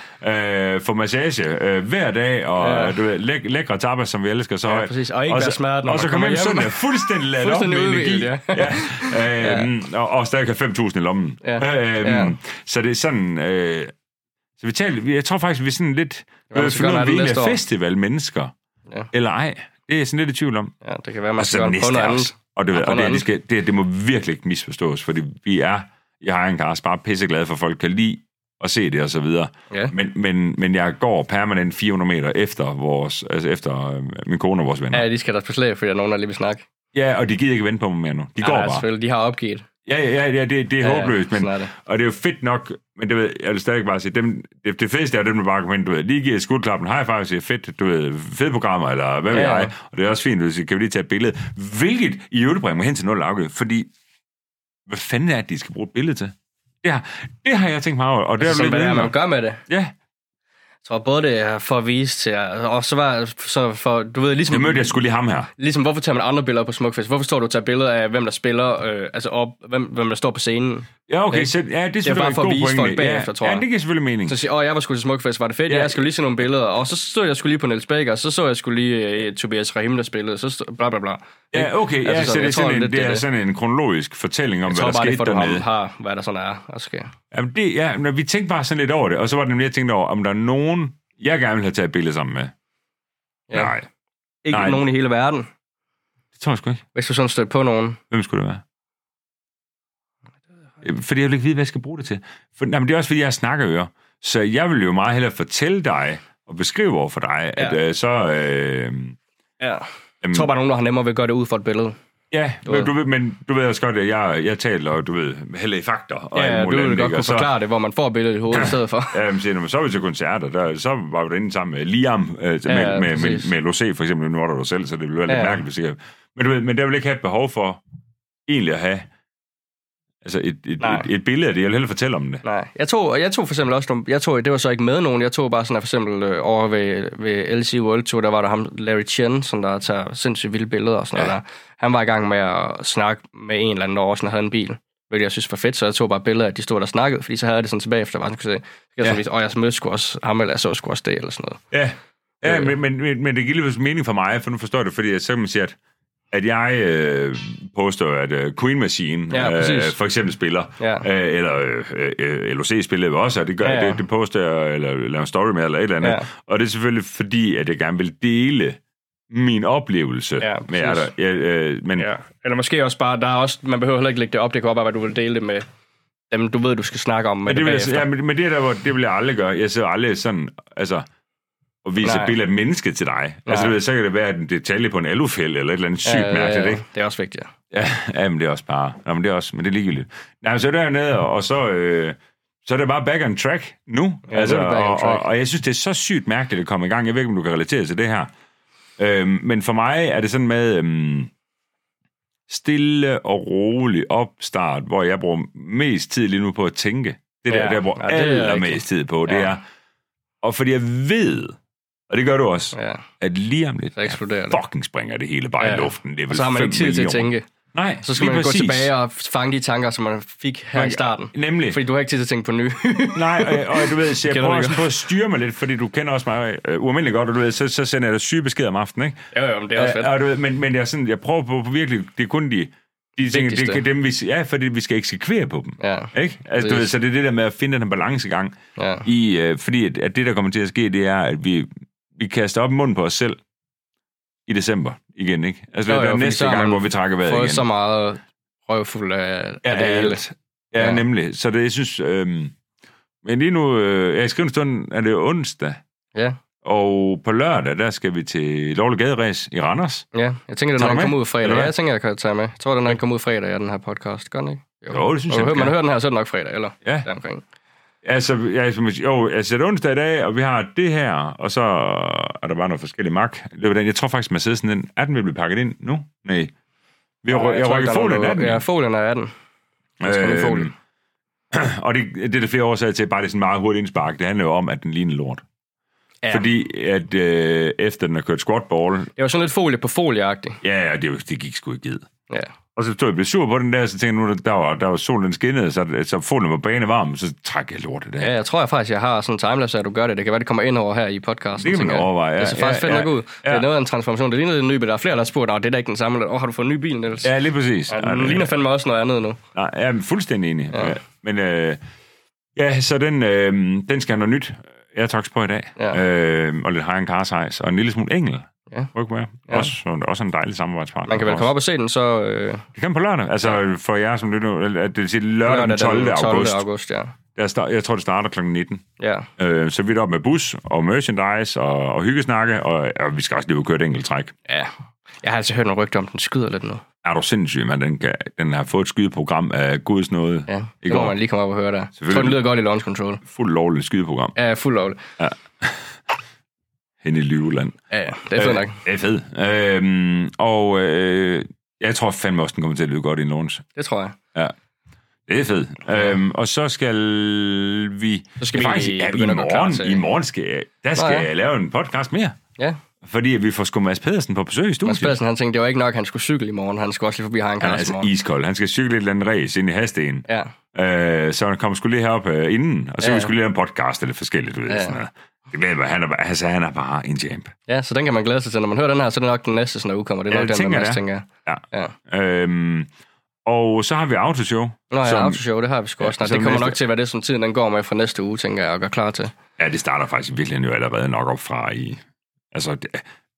Speaker 2: øh, få massage øh, hver dag, og
Speaker 1: Ja.
Speaker 2: ja. du ved, læk, lækre tapas, som vi elsker så
Speaker 1: Ja,
Speaker 2: højt.
Speaker 1: præcis. Og ikke
Speaker 2: så-
Speaker 1: være smadret, når
Speaker 2: Og
Speaker 1: man
Speaker 2: så komme
Speaker 1: kommer
Speaker 2: hjem
Speaker 1: hjem.
Speaker 2: søndag fuldstændig ladet op med
Speaker 1: Fuldstændig
Speaker 2: energi.
Speaker 1: udhvilet,
Speaker 2: ja. Øhm, Og, og stadig have 5.000 i lommen.
Speaker 1: Ja.
Speaker 2: Øhm,
Speaker 1: Ja.
Speaker 2: Så det er sådan... Øh, så vi talte, vi- jeg tror faktisk, vi er sådan lidt...
Speaker 1: være,
Speaker 2: Vi
Speaker 1: vi
Speaker 2: har
Speaker 1: skal
Speaker 2: fundet ud
Speaker 1: gøre
Speaker 2: af,
Speaker 1: det
Speaker 2: om vi egentlig
Speaker 1: næste
Speaker 2: er
Speaker 1: år.
Speaker 2: festivalmennesker.
Speaker 1: Ja.
Speaker 2: Eller ej. Det er jeg sådan lidt i tvivl om.
Speaker 1: Ja, det kan være, man
Speaker 2: Og
Speaker 1: skal
Speaker 2: så
Speaker 1: gøre
Speaker 2: den
Speaker 1: det på
Speaker 2: næste
Speaker 1: noget
Speaker 2: er
Speaker 1: andet.
Speaker 2: også. Og det,
Speaker 1: Ja,
Speaker 2: ja,
Speaker 1: på
Speaker 2: og
Speaker 1: noget
Speaker 2: det,
Speaker 1: andet.
Speaker 2: det, skal, det, det må virkelig ikke misforstås, fordi vi er, jeg har en kars, bare pisseglade for, at folk kan lide at se det og så videre.
Speaker 1: Ja.
Speaker 2: Men, men, men jeg går permanent 400 meter efter vores, altså efter øh, min kone og vores venner.
Speaker 1: Ja, de skal da på slag, fordi der er nogen, der lige vil snakke.
Speaker 2: Ja, og de gider ikke vente på mig mere nu. De går
Speaker 1: nej,
Speaker 2: bare.
Speaker 1: selvfølgelig. De har opgivet.
Speaker 2: Ja, ja, ja, det, det er
Speaker 1: Ja, ja,
Speaker 2: håbløst, men,
Speaker 1: sådan er det.
Speaker 2: og det er jo fedt nok, men det ved, jeg vil stadig bare sige, dem, det, det fedeste er dem, der bare kommer ind, du ved, lige giver skudklappen, hej faktisk, det er fedt, du ved, fede programmer, eller hvad ved
Speaker 1: Ja,
Speaker 2: ja,
Speaker 1: ja.
Speaker 2: jeg, og det er også fint, hvis vi kan vi lige tage et billede, hvilket i øvrigt bringer mig hen til noget lavgød, fordi hvad fanden er det, de skal bruge et billede til? Det har, det har jeg tænkt meget over, og det
Speaker 1: Det
Speaker 2: er
Speaker 1: er
Speaker 2: altså,
Speaker 1: som,
Speaker 2: lidt
Speaker 1: hvad det er, man
Speaker 2: videre.
Speaker 1: gør med det.
Speaker 2: Ja,
Speaker 1: Jeg tror både det er for at vise til, og så var så for, du ved, ligesom,
Speaker 2: jeg mødte jeg skulle lige ham her.
Speaker 1: ligesom hvorfor tager man andre billeder på Smukfest? Hvorfor står du og tager billeder af, hvem der spiller, øh, altså op, hvem, hvem der står på scenen?
Speaker 2: Ja, okay.
Speaker 1: Ikke?
Speaker 2: Så, ja, det er
Speaker 1: Det er
Speaker 2: selvfølgelig
Speaker 1: bare for
Speaker 2: en
Speaker 1: at
Speaker 2: god
Speaker 1: vise
Speaker 2: pointe.
Speaker 1: folk bagefter,
Speaker 2: ja,
Speaker 1: tror
Speaker 2: Ja,
Speaker 1: jeg.
Speaker 2: det giver selvfølgelig mening.
Speaker 1: Så siger åh, jeg var sgu til Smukfest, var det fedt?
Speaker 2: Ja.
Speaker 1: Ja. Jeg skulle lige se nogle billeder, og så stod jeg skulle lige på Niels Bager, så så jeg skulle lige uh, Tobias Rahim, der spillede, så stod, bla bla bla.
Speaker 2: Ja, okay. Ja,
Speaker 1: Altså,
Speaker 2: så det er,
Speaker 1: jeg tror,
Speaker 2: sådan en,
Speaker 1: lidt,
Speaker 2: det
Speaker 1: det er
Speaker 2: er
Speaker 1: det.
Speaker 2: sådan en kronologisk fortælling om,
Speaker 1: Jeg
Speaker 2: hvad
Speaker 1: tror
Speaker 2: der
Speaker 1: bare, det er
Speaker 2: skete
Speaker 1: for, du har,
Speaker 2: dernede.
Speaker 1: har, hvad der sådan er, der sker.
Speaker 2: Jamen det, ja, når vi tænkte bare sådan lidt over det, og så var det nemlig, jeg tænkte over, om der er nogen, jeg gerne vil have taget et billede sammen med. Ja.
Speaker 1: Ja.
Speaker 2: Nej,
Speaker 1: Ikke
Speaker 2: Nej.
Speaker 1: Nej. nogen i hele verden,
Speaker 2: det tror jeg sgu ikke.
Speaker 1: hvis du sådan stødte på nogen.
Speaker 2: Hvem skulle det være? Øh, Fordi jeg vil ikke vide, hvad jeg skal bruge det til. For, nej, men det er også, fordi jeg snakker ører. Så jeg vil jo meget hellere fortælle dig, og beskrive over for dig, ja.
Speaker 1: Ja.
Speaker 2: at øh, så... Øh,
Speaker 1: Ja.
Speaker 2: jamen,
Speaker 1: Jeg tror bare, nogen, der har nemmere ved at gøre det ud for et billede.
Speaker 2: ja,
Speaker 1: du
Speaker 2: men
Speaker 1: ved.
Speaker 2: du ved, men du ved også godt, at jeg, jeg taler, og du ved, heller i fakta. Og alt
Speaker 1: Ja, du
Speaker 2: muligt andet,
Speaker 1: ville godt
Speaker 2: ikke?
Speaker 1: kunne
Speaker 2: Og så-
Speaker 1: forklare det, hvor man får billedet i hovedet i stedet for.
Speaker 2: Ja, men siger, når man så var vi til koncerter, der, så var vi derinde sammen med Liam, øh, ja, med,
Speaker 1: ja,
Speaker 2: med, med,
Speaker 1: præcis.
Speaker 2: med Losé for eksempel, nu var der du selv, så det ville være
Speaker 1: Ja,
Speaker 2: lidt
Speaker 1: ja.
Speaker 2: mærkeligt, hvis ikke... Men, du ved, men der vil ikke have et behov for egentlig at have altså et, et,
Speaker 1: Nej.
Speaker 2: et, et billede af det. Jeg vil hellere fortælle om det.
Speaker 1: Nej, jeg tog, og jeg tog for eksempel også nogle, jeg tog, det var så ikke med nogen, jeg tog bare sådan at for eksempel øh, over ved, ved LC World Tour, der var der ham, Larry Chen, som der tager sindssygt vilde billeder og sådan
Speaker 2: Ja.
Speaker 1: ja. noget der. Han var i gang med at snakke med en eller anden, der også havde en bil, hvilket jeg synes var fedt, så jeg tog bare billeder af, at de stod der og snakkede, fordi så havde jeg det sådan tilbage efter, bare sådan kunne se, så jeg
Speaker 2: Ja.
Speaker 1: sådan vise, åh, jeg mødte sgu også ham, eller jeg så sgu også det, eller sådan noget.
Speaker 2: Ja, ja
Speaker 1: Øh.
Speaker 2: men, men, men, men det giver lidt mening for mig, for nu forstår jeg det, fordi så kan man sige, at, at jeg øh, påstår, at øh, Queen Machine
Speaker 1: Ja,
Speaker 2: øh,
Speaker 1: præcis.
Speaker 2: for eksempel spiller,
Speaker 1: Ja.
Speaker 2: øh, eller øh, øh, LOC spiller jo også, og det gør ja,
Speaker 1: Ja,
Speaker 2: ja.
Speaker 1: ja.
Speaker 2: Det, det poster jeg, eller laver en story med, eller et eller andet. Ja.
Speaker 1: Ja.
Speaker 2: Og det er selvfølgelig fordi, at jeg gerne vil dele min oplevelse
Speaker 1: Ja,
Speaker 2: med jer. Der.
Speaker 1: præcis.
Speaker 2: Ja, øh, men ja.
Speaker 1: Eller måske også bare, der er også, man behøver heller ikke lægge det op, det kan bare være, at du vil dele det med dem, du ved, du skal snakke om med
Speaker 2: Men
Speaker 1: det,
Speaker 2: det,
Speaker 1: det
Speaker 2: vil jeg,
Speaker 1: bagefter.
Speaker 2: ja, men, men det, er der, hvor, det vil jeg aldrig gøre. Jeg sidder aldrig sådan, altså, og viser
Speaker 1: Nej.
Speaker 2: et billede af mennesket til dig. Nej.
Speaker 1: Nej.
Speaker 2: Altså, du ved, så kan det være en detalje på en alufælde, eller et eller andet sygt ja, mærkeligt, ikke?
Speaker 1: Øh, Det er også vigtigt.
Speaker 2: Ja, ja, men det er også bare... Nå, men det er også... Men det er ligegyldigt. Nej, men så er det dernede, og, og så... Øh, så er det bare back on track nu. altså,
Speaker 1: Ja, nu er det back on
Speaker 2: og, og,
Speaker 1: track.
Speaker 2: og jeg synes, det er så sygt mærkeligt at komme i gang. Jeg ved ikke, om du kan relatere til det her. Øhm, men for mig er det sådan med øhm, stille og rolig opstart, hvor jeg bruger mest tid lige nu på at tænke. Det der,
Speaker 1: Ja,
Speaker 2: der jeg bruger ja,
Speaker 1: ja, det er rigtigt.
Speaker 2: allermest tid på, det
Speaker 1: Ja.
Speaker 2: er... Og fordi jeg ved, og det gør du også,
Speaker 1: Ja,
Speaker 2: at lige om lidt,
Speaker 1: så eksploderer det.
Speaker 2: fucking springer det hele bare ja.
Speaker 1: Ja.
Speaker 2: i luften. Det er vel
Speaker 1: Og så har man
Speaker 2: fem
Speaker 1: ikke tid til
Speaker 2: millioner.
Speaker 1: at tænke.
Speaker 2: Nej,
Speaker 1: Så skal
Speaker 2: lige
Speaker 1: man præcis.
Speaker 2: præcis.
Speaker 1: gå tilbage og fange de tanker, som man fik her
Speaker 2: Man-
Speaker 1: i starten.
Speaker 2: Nemlig.
Speaker 1: Fordi du har ikke tid til at tænke på nye.
Speaker 2: Nej, og, og du ved, så jeg
Speaker 1: Kender
Speaker 2: prøver
Speaker 1: du
Speaker 2: også
Speaker 1: godt?
Speaker 2: på at styre mig lidt, fordi du kender også mig øh, ualmindeligt godt, og du ved, så, så sender jeg dig syge beskeder om aftenen, ikke?
Speaker 1: jo, jo, men det er også fedt.
Speaker 2: Øh, og du ved, men, men jeg, er sådan, jeg prøver på, på virkelig, det er kun de, de ting, det
Speaker 1: Vigtigste.
Speaker 2: kan dem, vi, ja, fordi vi skal eksekvere på dem.
Speaker 1: Ja,
Speaker 2: Ikke? Altså, du
Speaker 1: Præcis.
Speaker 2: ved, så det er det der med at finde den her balancegang,
Speaker 1: ja.
Speaker 2: i, øh, fordi at, at det, der kommer til at ske, det er, at vi, vi kaster op i munden på os selv i december igen, ikke? Altså,
Speaker 1: Jo,
Speaker 2: det er
Speaker 1: jo, fordi
Speaker 2: næste
Speaker 1: så har
Speaker 2: gang,
Speaker 1: man
Speaker 2: hvor vi trækker vejret igen.
Speaker 1: Fået så meget røvfuld af,
Speaker 2: Ja,
Speaker 1: af det hele.
Speaker 2: Ja, ja,
Speaker 1: Ja.
Speaker 2: nemlig. Så det, jeg synes... Øhm, men lige nu, øh, ja, i skrivende stund er det jo onsdag,
Speaker 1: Ja.
Speaker 2: og på lørdag, der skal vi til Lovlig Gaderæs i Randers.
Speaker 1: Ja, jeg tænker,
Speaker 2: Tager
Speaker 1: den
Speaker 2: du
Speaker 1: her
Speaker 2: med?
Speaker 1: kommer ud
Speaker 2: Eller
Speaker 1: fredag.
Speaker 2: hvad?
Speaker 1: Ja, jeg tænker, jeg kan tage med. Jeg tror, den her kommer ud fredag, ja, den her podcast. Gør den ikke?
Speaker 2: Jo, det synes
Speaker 1: Og
Speaker 2: jeg,
Speaker 1: hører-
Speaker 2: den
Speaker 1: Man
Speaker 2: gør.
Speaker 1: hører den her, så er den nok fredag, eller
Speaker 2: Ja.
Speaker 1: deromkring.
Speaker 2: Altså, ja, som jeg siger, jo, altså det er onsdag i dag, og vi har det her, og så er der bare noget forskellige mark. Det var den. Jeg tror faktisk, man sidder sådan den. Er den vil blive pakket ind nu? Nej. Vi har, jeg, jeg,
Speaker 1: tror
Speaker 2: jeg
Speaker 1: ikke, der
Speaker 2: rykker
Speaker 1: er nogen,
Speaker 2: folien
Speaker 1: der-
Speaker 2: af den.
Speaker 1: Ja, folien er 18. Jeg skal
Speaker 2: Øhm,
Speaker 1: øh, folien.
Speaker 2: Og det, det er der flere årsager til, bare det er sådan meget hurtigt indspark. Det handler jo om, at den ligner lort. Ja.
Speaker 1: Ja.
Speaker 2: Fordi at øh, efter den har kørt squatball,
Speaker 1: Det var sådan lidt folie på folieagtigt.
Speaker 2: ja, ja, det, var- det gik sgu ikke givet.
Speaker 1: Ja.
Speaker 2: Og så stod jeg og blev sur på den der, så tænkte jeg, nu, der, der, var, der var solen den skinnede, så, så foden var banevarm, så træk jeg lortet af.
Speaker 1: Ja, jeg tror jeg faktisk, jeg har sådan en timelapse, af, at du gør det. Det kan være, det kommer ind over her i podcasten.
Speaker 2: Det kan man
Speaker 1: tænker jeg.
Speaker 2: overveje, ja.
Speaker 1: Det ser faktisk
Speaker 2: Ja,
Speaker 1: ja, fedt
Speaker 2: ja,
Speaker 1: nok ud. Det
Speaker 2: ja.
Speaker 1: er noget af en transformation. Det ligner lidt en ny, men der er flere, der har spurgt, at det er da ikke den samme. Åh, oh, har du fået en ny bil, Niels?
Speaker 2: Ja, lige præcis.
Speaker 1: Ja, den ligner fandme også noget andet nu.
Speaker 2: Nej, jeg er fuldstændig enig. Ja.
Speaker 1: Ja.
Speaker 2: Ja. Men øh, ja, så den, øh, den skal have noget nyt. Jeg tager på i dag.
Speaker 1: Ja.
Speaker 2: Øh, og lidt Hagen Karshejs, og en lille smule engel.
Speaker 1: Ja.
Speaker 2: Rygmær.
Speaker 1: Ja.
Speaker 2: Også, også en dejlig samarbejdspartner.
Speaker 1: Man kan vel komme op og se den så øh,
Speaker 2: Det kan man på lørdag. Altså ja. for jer, som lytter, eller, det vil sige lørdag den 12. august.
Speaker 1: august. ja.
Speaker 2: Jeg, start, jeg tror, det starter kl. 19.
Speaker 1: Ja,
Speaker 2: Øh, så er vi er deroppe med bus og merchandise og, og hyggesnakke, og, og, vi skal også lige ud og køre et enkelt træk.
Speaker 1: ja. Jeg har altså hørt nogle rygter om, den skyder lidt nu.
Speaker 2: Er du sindssyg, man? Den, kan, den har fået et skydeprogram af guds nåde.
Speaker 1: Ja,
Speaker 2: I
Speaker 1: det må
Speaker 2: går.
Speaker 1: man lige komme op og høre der. Jeg tror,
Speaker 2: Selvfølgelig.
Speaker 1: den lyder godt i launch control.
Speaker 2: Fuldt lovligt skydeprogram
Speaker 1: Ja, fuld lovligt.
Speaker 2: hen i Lyveland.
Speaker 1: Ja,
Speaker 2: Øh,
Speaker 1: ja, det er fedt nok.
Speaker 2: Det er fedt. Øhm, og øh, jeg tror fandme også, den kommer til at lyde godt i en launch.
Speaker 1: Det tror jeg.
Speaker 2: Det er fedt. Øhm, og så skal vi...
Speaker 1: Så skal
Speaker 2: ja,
Speaker 1: vi
Speaker 2: faktisk,
Speaker 1: egentlig
Speaker 2: ja, i
Speaker 1: begynde at gå klar
Speaker 2: morgen,
Speaker 1: til-
Speaker 2: i morgen skal jeg, der skal Nå,
Speaker 1: ja.
Speaker 2: ja. jeg lave en podcast mere.
Speaker 1: Ja,
Speaker 2: Fordi at vi får sgu Mads Pedersen på besøg i
Speaker 1: Mads
Speaker 2: studiet.
Speaker 1: Pedersen, han tænkte, det var ikke nok, at han skulle cykle i morgen. Han skulle også lige forbi og have en
Speaker 2: Han er
Speaker 1: kaffe i
Speaker 2: altså
Speaker 1: morgen.
Speaker 2: iskold. Han skal cykle et eller andet race ind i hasten.
Speaker 1: Ja.
Speaker 2: Øh, så han kom skulle lige herop øh, inden, og så
Speaker 1: Ja,
Speaker 2: ja. vi
Speaker 1: ja.
Speaker 2: skulle lige lave en podcast eller forskelligt, du ved.
Speaker 1: Ja.
Speaker 2: Ja. Sådan noget. Det glæder jeg mig. Han er, bare- altså, han er bare en champ.
Speaker 1: ja, så den kan man glæde sig til. Når man hører den her, så er det nok den næste, sådan, der udkommer. Det er
Speaker 2: Ja,
Speaker 1: nok
Speaker 2: det
Speaker 1: den,
Speaker 2: tænker
Speaker 1: der
Speaker 2: jeg,
Speaker 1: Mads
Speaker 2: det er.
Speaker 1: tænker.
Speaker 2: Ja.
Speaker 1: Ja.
Speaker 2: Øhm, og så har vi autoshow.
Speaker 1: Nå ja,
Speaker 2: som-
Speaker 1: autoshow, det har vi sgu
Speaker 2: Ja,
Speaker 1: også snart.
Speaker 2: som
Speaker 1: Det kommer
Speaker 2: næste-
Speaker 1: nok til at være det, som tiden den går med fra næste uge, tænker jeg, og gør klar til.
Speaker 2: Ja, det starter faktisk virkelig jo allerede nok op fra i... Altså, det,